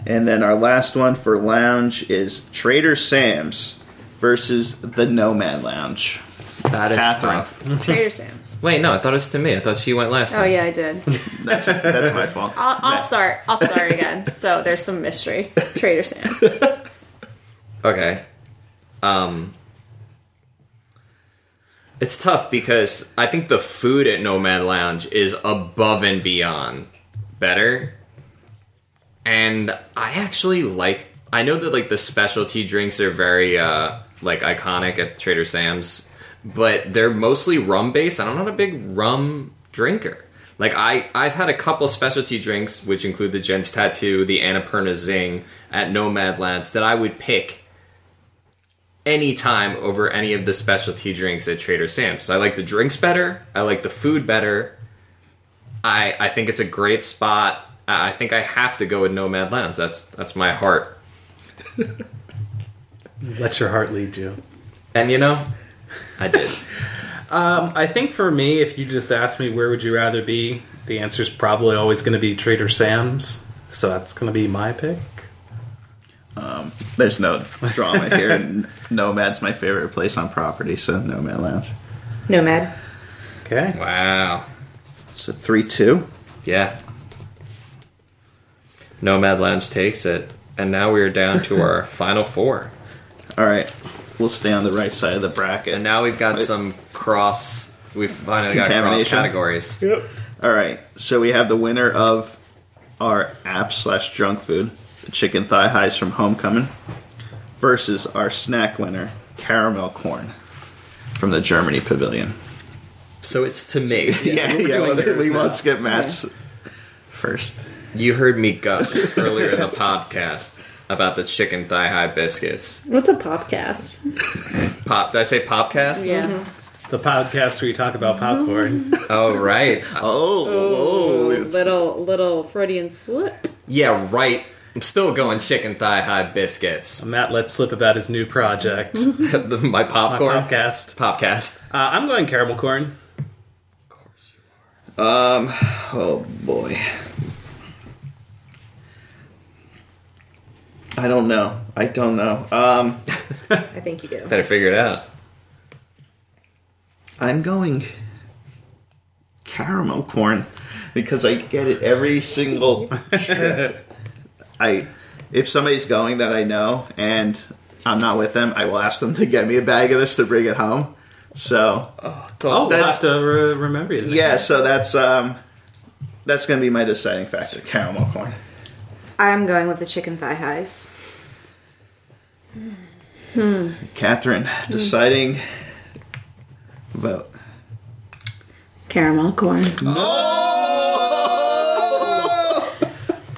C: And then our last one for lounge is Trader Sam's versus the No Man Lounge.
E: That is
C: Catherine.
E: tough.
A: Trader Sam's.
E: Wait, no, I thought it was to me. I thought she went last.
A: Oh, yeah, I did.
C: That's that's my fault.
A: I'll, I'll
C: Nah.
A: start. I'll start again. So there's some mystery. Trader Sam's.
E: Okay. Um It's tough because I think the food at Nomad Lounge is above and beyond better. And I actually like I know that like the specialty drinks are very uh like iconic at Trader Sam's, but they're mostly rum based and I'm not a big rum drinker. Like I, I've had a couple specialty drinks, which include the Gents Tattoo, the Annapurna Zing at Nomad Lounge, that I would pick any time over any of the specialty drinks at Trader Sam's. I like the drinks better. I like the food better. I I think it's a great spot. I I think I have to go with Nomad Lounge. That's that's my heart.
D: Let your heart lead you.
E: And you know, I did.
D: I think for me, if you just ask me where would you rather be, the answer is probably always going to be Trader Sam's. So that's going to be my pick.
C: There's no drama here. N- Nomad's my favorite place on property, so Nomad Lounge.
B: Nomad.
D: Okay.
E: wow.
C: So three two.
E: Yeah. Nomad Lounge takes it. And now we are down to our final four.
C: All right, we'll stay on the right side of the bracket.
E: And now we've got some cross we've finally got cross
C: Contamination.
E: categories.
C: All right, so we have the winner of our app slash junk food, the chicken thigh highs from Homecoming, versus our snack winner, caramel corn, from the Germany Pavilion.
E: So it's to me.
C: Yeah, yeah.
D: doing
C: well,
D: yours
C: we
D: now.
C: won't skip Matt's first.
E: You heard me gush earlier in the podcast about the chicken thigh high biscuits.
A: What's a podcast?
E: Pop? Did I say popcast?
A: Yeah.
D: The podcast where you talk about popcorn.
E: Oh right.
C: Oh,
A: Oh,
C: oh, it's-
A: little little Freudian slip.
E: Yeah, right. I'm still going chicken thigh high biscuits.
D: Matt let slip about his new project, my
E: The- My popcorn.
D: podcast.
E: Popcast.
D: Uh, I'm going caramel corn.
E: Of course.
C: Um, oh boy. I don't know. I don't know. Um,
B: I think you do.
E: Better figure it out.
C: I'm going caramel corn because I get it every single trip. I if somebody's going that I know and I'm not with them, I will ask them to get me a bag of this to bring it home. So
D: Oh, we'll
C: That's-
D: have to re- remember you.
C: yeah, so that's um that's gonna be my deciding factor, caramel corn.
B: I'm going with the chicken thigh highs.
C: Catherine,
B: Hmm.
C: deciding vote.
A: Caramel corn.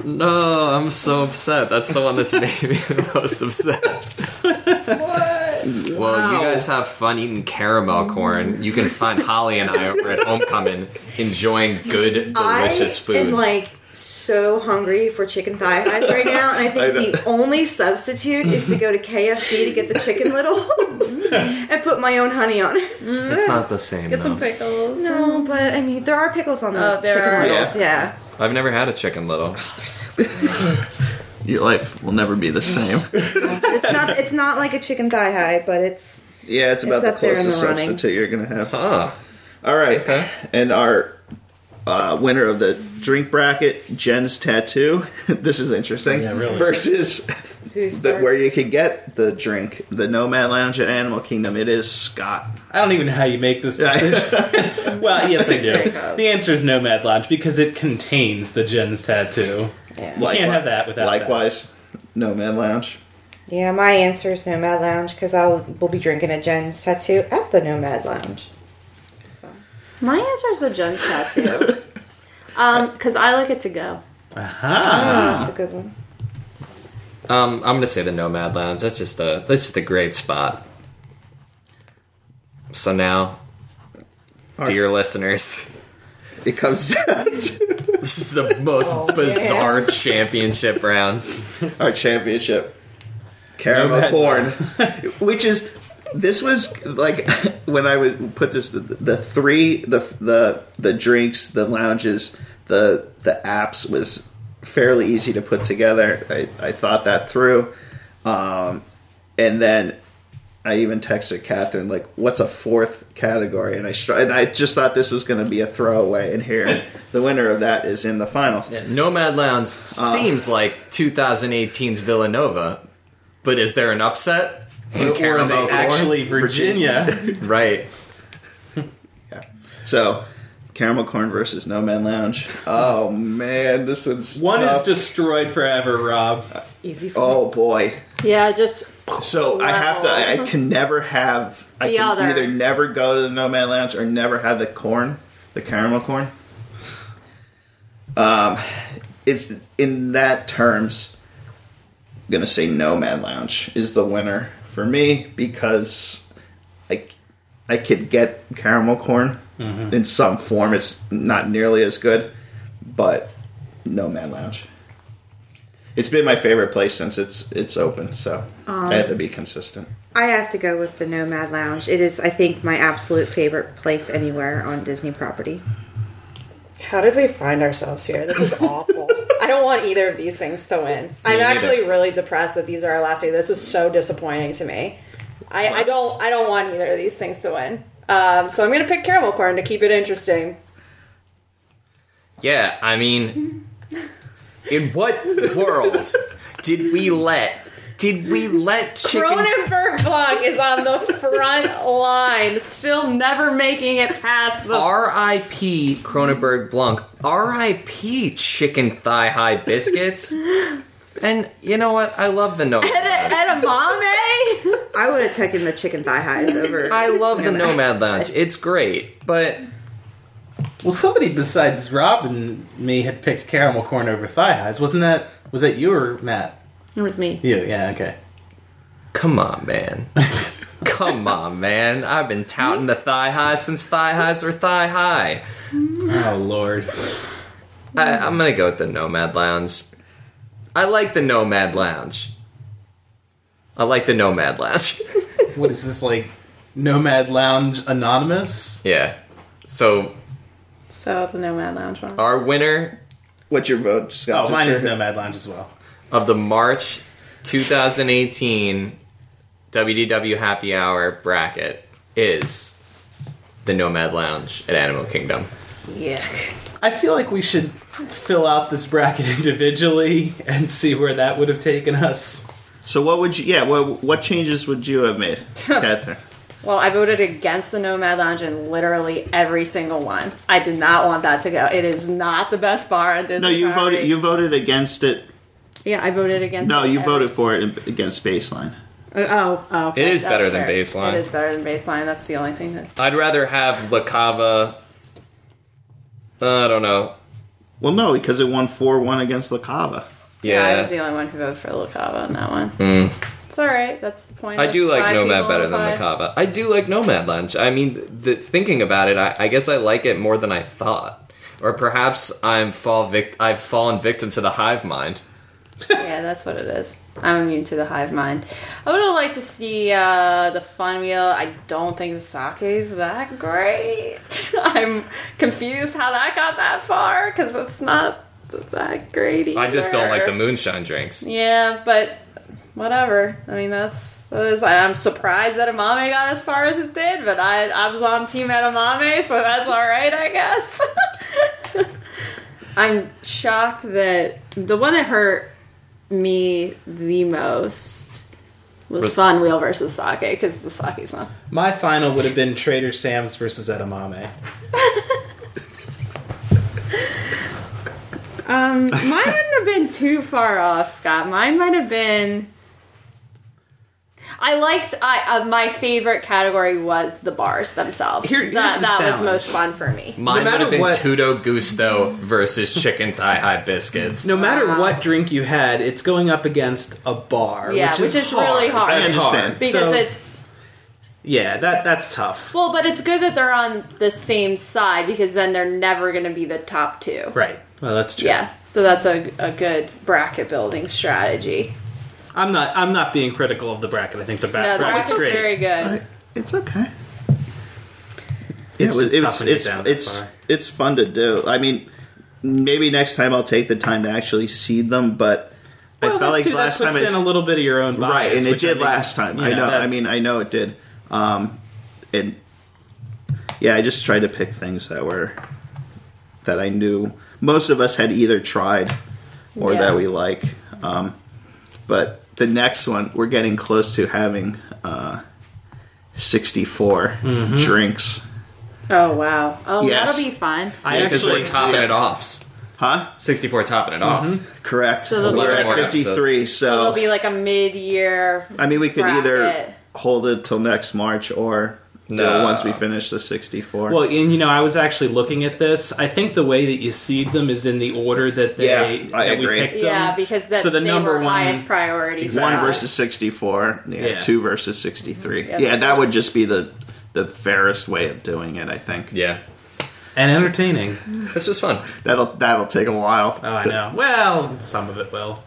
E: No, I'm so upset. That's the one that's made me the most upset. what? Well, you guys have fun eating caramel corn. You can find Holly and I over at Homecoming enjoying good, delicious
B: I
E: food.
B: am like so hungry for chicken thigh highs right now, and I think
C: I know.
B: the only substitute is to go to KFC to get the chicken littles and put my own honey on it.
E: it's not the same.
A: Get some
E: though.
A: pickles.
B: No, but I mean there are pickles on the
A: Oh, there
B: chicken
A: are.
B: littles. Yeah.
E: I've never had a chicken little.
C: Your life will never be the
B: Hmm.
C: same.
B: it's not it's not like a chicken thigh high, but it's
C: Yeah, it's about
B: It's
C: the
B: up there in the
C: closest
B: running.
C: substitute you're gonna have.
E: Ah,
C: All right.
E: Okay.
C: And our uh, winner of the drink bracket, Jen's Tattoo. this is interesting.
D: Yeah, really.
C: Versus
B: who's
C: the, where you can get the drink, the Nomad Lounge at Animal Kingdom. It is Scott.
D: I don't even know how you make this decision. well, yes, I do. The answer is Nomad Lodge because it contains the Jen's tattoo.
C: Likewise,
D: can't have that without that.
C: Likewise, Nomad Lounge.
B: Yeah, my answer is Nomad Lounge because I'll we'll be drinking a Jen's tattoo at the Nomad Lounge.
A: My answer is the Jen's tattoo. Um, because I like it to go.
D: Aha!
B: That's a good one.
E: um, I'm gonna say the Nomad Lounge. That's just a that's just a great spot. So now, dear listeners,
C: It comes down to
E: this is the most
D: Oh,
E: bizarre championship round.
C: our championship. Caramel
D: Nomad
C: corn, which is this was like when I was put this the, the three the the the drinks the lounges the the apps was fairly easy to put together. I, I thought that through, um, and then I even texted Catherine like, "What's a fourth category?" And I str- and I just thought this was going to be a throwaway, and here the winner of that is in the finals.
E: Nomad Lounge
D: Uh.
E: seems like 2018's Villanova, but is there an upset? In
D: Or are
E: caramel
D: they
E: corn?
D: actually Virginia?
E: right.
C: So, caramel corn versus No Man Lounge. Oh man, this one's
D: One is
C: tough.
D: destroyed forever, Rob.
B: Easy for
C: oh boy.
A: Yeah, just
C: So I have to. I, I can never have. I
A: The
C: can
A: other.
C: either never go to the No Man Lounge or never have the corn, the caramel corn. Um, it's in that terms. I'm gonna say No Man Lounge is the winner for me because I I could get caramel corn in some form. It's not nearly as good, but No Man Lounge. It's been my favorite place since it's it's open, so I
A: Um,
C: had to be consistent.
B: I have to go with the Nomad Lounge. It is, I think, my absolute favorite place anywhere on Disney property.
A: How did we find ourselves here? This is awful. I don't want either of these things to win. I'm
E: neither.
A: actually really depressed that these are our last two. This is so disappointing to me. I, I don't I don't want either of these things to win. Um, so I'm gonna pick caramel corn to keep it interesting.
E: Yeah, I mean, in what world did we let did we let chicken?
A: Cronenberg Block is on the front line, still never making it past the
E: R.I.P. Cronenberg Blanc. R.I.P. Chicken Thigh High biscuits. and you know what? I love the Nomad. Lounge.
A: edamame.
B: I would have taken the chicken thigh highs over.
E: I love the Nomad Lounge. It's great, but
D: Well, somebody besides Rob and me had picked caramel corn over thigh highs. Wasn't that? Was that you or Matt?
A: It was me.
D: You? Yeah. Okay.
E: Come on, man. Come on, man. I've been touting the thigh high since thigh highs are thigh high.
D: Oh Lord.
E: I, I'm gonna go with the Nomad Lounge. I like the Nomad Lounge. I like the Nomad Lounge.
D: What is this like? Nomad Lounge Anonymous.
E: yeah. So
A: So the Nomad Lounge one.
E: our winner
C: What's your vote, Scott?
D: Oh, mine
C: Just
D: is
C: your-
D: Nomad Lounge as well.
E: of the March 2018 WDW Happy Hour bracket is the Nomad Lounge at Animal Kingdom.
B: Yuck.
D: I feel like we should fill out this bracket individually and see where that would have taken us.
C: So what would you? Yeah, what what changes would you have made, Catherine?
A: Well, I voted against the Nomad Lounge in literally every single one. I did not want that to go. It is not the best bar at this.
C: No, you voted. You voted against it.
A: Yeah, I voted against.
C: No,
A: it
C: you
A: every-
C: voted for it in- against baseline.
A: Oh, oh.
E: It is
A: that's
E: better than
A: fair.
E: baseline.
A: It is better than baseline. That's the only thing that's.
E: I'd rather have La Cava. I don't know.
C: Well, no, because it won four one against La Cava.
A: Yeah.
E: Yeah, Hmm.
A: I was the only one who voted for La Cava on that one. It's all right. That's the point.
E: I do like
A: Five
E: Nomad
A: people
E: better than La
A: applied.
E: Cava. I do like Nomad Lunch. I mean, the, thinking about it, I, I guess I like it more than I thought, or perhaps I'm fall vic- I've fallen victim to the hive mind.
A: Yeah, that's what it is. I'm immune to the hive mind. I would have liked to see uh, the fun wheel. I don't think the sake is that great. I'm confused how that got that far because it's not that great. Either.
E: I just don't like the moonshine drinks.
A: Yeah, but whatever. I mean, that's. that is- I'm surprised that Amame got as far as it did, but I I was on Team Amame, so that's all right, I guess. I'm shocked that the one that hurt me the most was
E: Was-
A: Fun Wheel versus Sake because the Sake's not.
D: My final would have been Trader Sam's versus Edamame.
A: Um, mine wouldn't have been too far off, Scott. Mine might have been. I liked. I uh, my favorite category was the bars themselves.
D: Here- here's
A: that
D: the
A: that was
D: challenge.
A: most fun for me.
E: Mine would
D: matter
E: have been
D: what-
E: Tudo Gusto versus Chicken Thigh High Biscuits.
D: No matter what drink you had, it's going up against a bar.
A: Yeah,
D: which is,
A: which is really hard. I
D: That's
C: understand.
D: hard.
A: Because
D: So,
A: it's
D: yeah, that that's tough.
A: well, but it's good that they're on the same side because then they're never going to be the top two.
D: Right. Well, that's true.
A: Yeah, so that's a, a good bracket building strategy.
D: I'm not. I'm not being critical of the bracket. I think the
A: No,
D: back
A: the
D: bracket's
A: bracket's
D: great.
A: very
C: I-
A: good.
C: It's okay. Yeah,
D: It's
C: it was-
D: just
C: it
D: tough
C: was-
D: when you're
C: it's
D: down that
C: it's
D: far.
C: it's fun to do. I mean, maybe next time I'll take the time to actually seed them, but
D: Well,
C: I felt
D: that
C: like
D: too, that
C: last time
D: puts
C: it's
D: in a little bit of your own bias,
C: right, and it
D: which I
C: did
D: think,
C: last time.
D: you
C: I know.
D: that-
C: I mean, I know it did. Um, and yeah, I just tried to pick things that were that I knew most of us had either tried or
A: Yeah.
C: that we like. Um, but the next one, we're getting close to having uh, sixty-four
D: Mm-hmm.
C: drinks,
A: Oh wow! Oh,
C: Yes.
A: that'll be fun.
D: I
E: Because we're
D: actually,
E: topping
C: yeah. Mm-hmm.
E: it offs.
C: huh?
E: 64 topping it offs.
C: Correct.
A: So there'll
C: we're
E: be
C: at
E: more
C: fifty-three.
A: so
C: So,
A: there'll be like a mid-year.
C: I mean, we could
A: bracket.
C: either hold it till next March or. do it
E: No.
C: Once we finish the sixty-four,
D: well, and you know, I was actually looking at this. I think the way that you seed them is in the order that they
C: Yeah, I
D: that we
C: agree.
D: picked them.
A: Yeah, because that
D: Um, so the
A: they
D: number
A: were
D: one-
A: highest priority. for
C: one
A: us.
C: versus 64 yeah,
D: Yeah.
C: two versus 63 yeah,
A: the
C: that would
A: first-
C: just be the the fairest way of doing it i think
E: Yeah.
D: and entertaining.
E: This was fun.
C: that'll that'll take a while
D: Oh, I know. Well, some of it will.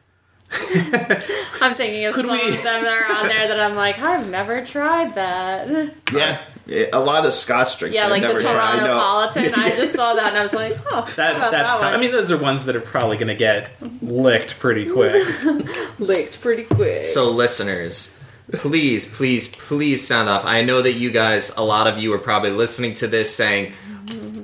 A: I'm thinking of
D: Could
A: some
D: we-
A: of them that are on there that I'm like, I've never tried that.
C: yeah Yeah, a lot of scotch drinks
A: Yeah,
C: I've
A: like the
C: never tried. I know.
A: Torontopolitan. I just saw that and I was like, oh, how
D: That
A: about
D: that's.
A: that
D: tough.
A: one?
D: I mean, those are ones that are probably going to get licked pretty quick.
A: licked pretty quick.
E: So, listeners, please, please, please sound off. I know that you guys, a lot of you are probably listening to this saying,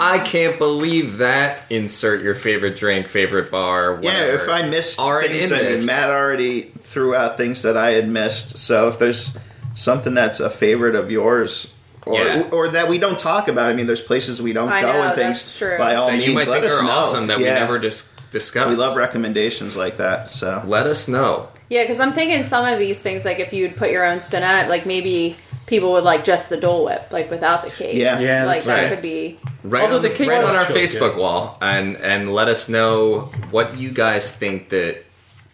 E: I can't believe that. Insert your favorite drink, favorite bar,
C: yeah
E: whatever.
C: if i missed
E: Are in
C: things that
E: this.
C: matt already threw out things that i had missed so if there's something that's a favorite of yours or,
E: Yeah.
C: or that we don't talk about. I mean, there's places we don't
A: I
C: go
A: know,
C: and things.
A: that's true.
C: By all
E: that
C: means,
E: you might
C: let
E: think
C: us
E: are
C: know.
E: awesome that
C: Yeah.
E: we never dis- discussed.
C: We love recommendations like that. So
E: Let us know.
A: yeah, because I'm thinking some of these things, like if you would put your own spin on it, like maybe people would like just the Dole Whip, like without the cake.
C: yeah,
D: Yeah,
A: like
D: that's
A: that
E: right.
A: could be.
E: Right
D: Although
E: on,
D: the cake
E: right on
D: does
E: our
D: feel
E: Facebook
D: good.
E: wall and, and let us know what you guys think that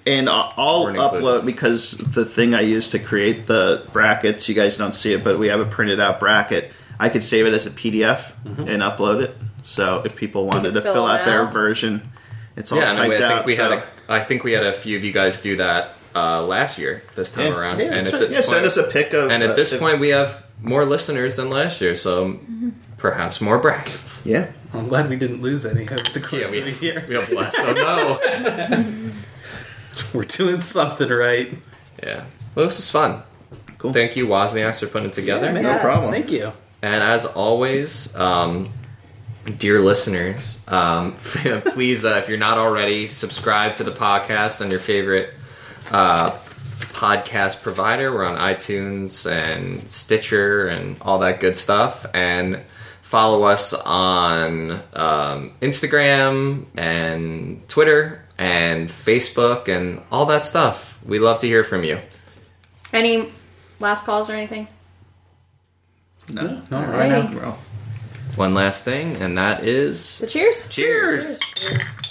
C: And I- I'll
E: Weren't
C: upload
E: included.
C: because the thing I use to create the brackets, you guys don't see it, but we have a printed out bracket. I could save it as a PDF
E: Mm-hmm.
C: and upload it. So if people wanted to
A: fill
C: fill, out,
A: it
C: their
A: out.
C: version, it's all
E: Yeah, and I,
C: typed
E: I think
C: out.
E: we
C: so.
E: had a, I think we had a few of you guys do that uh, last year this time
C: Yeah.
E: around.
D: Yeah,
E: and
D: that's
E: at
D: right.
E: this
C: yeah, send
E: point-
C: us a pic of.
E: and
C: uh,
E: at this
C: if-
E: point we have more listeners than last year, so
D: Mm-hmm.
E: perhaps more brackets.
C: yeah,
D: I'm glad we didn't lose any over the course of the year.
E: we have less. So no.
D: We're doing something right.
E: Yeah. Well, this is fun.
C: Cool.
E: Thank you, Wozniaks, for putting it together.
C: No problem.
D: Thank you.
E: And as always, um, dear listeners, um, please, uh, if you're not already, subscribe to the podcast on your favorite uh, podcast provider. We're on iTunes and Stitcher and all that good stuff. And follow us on um, Instagram and Twitter and Facebook and all that stuff. We love to hear from you.
A: Any last calls or anything?
C: No.
D: All right.
A: Alrighty.
C: Well.
E: One last thing, and that is
B: So cheers.
E: cheers.
A: Cheers.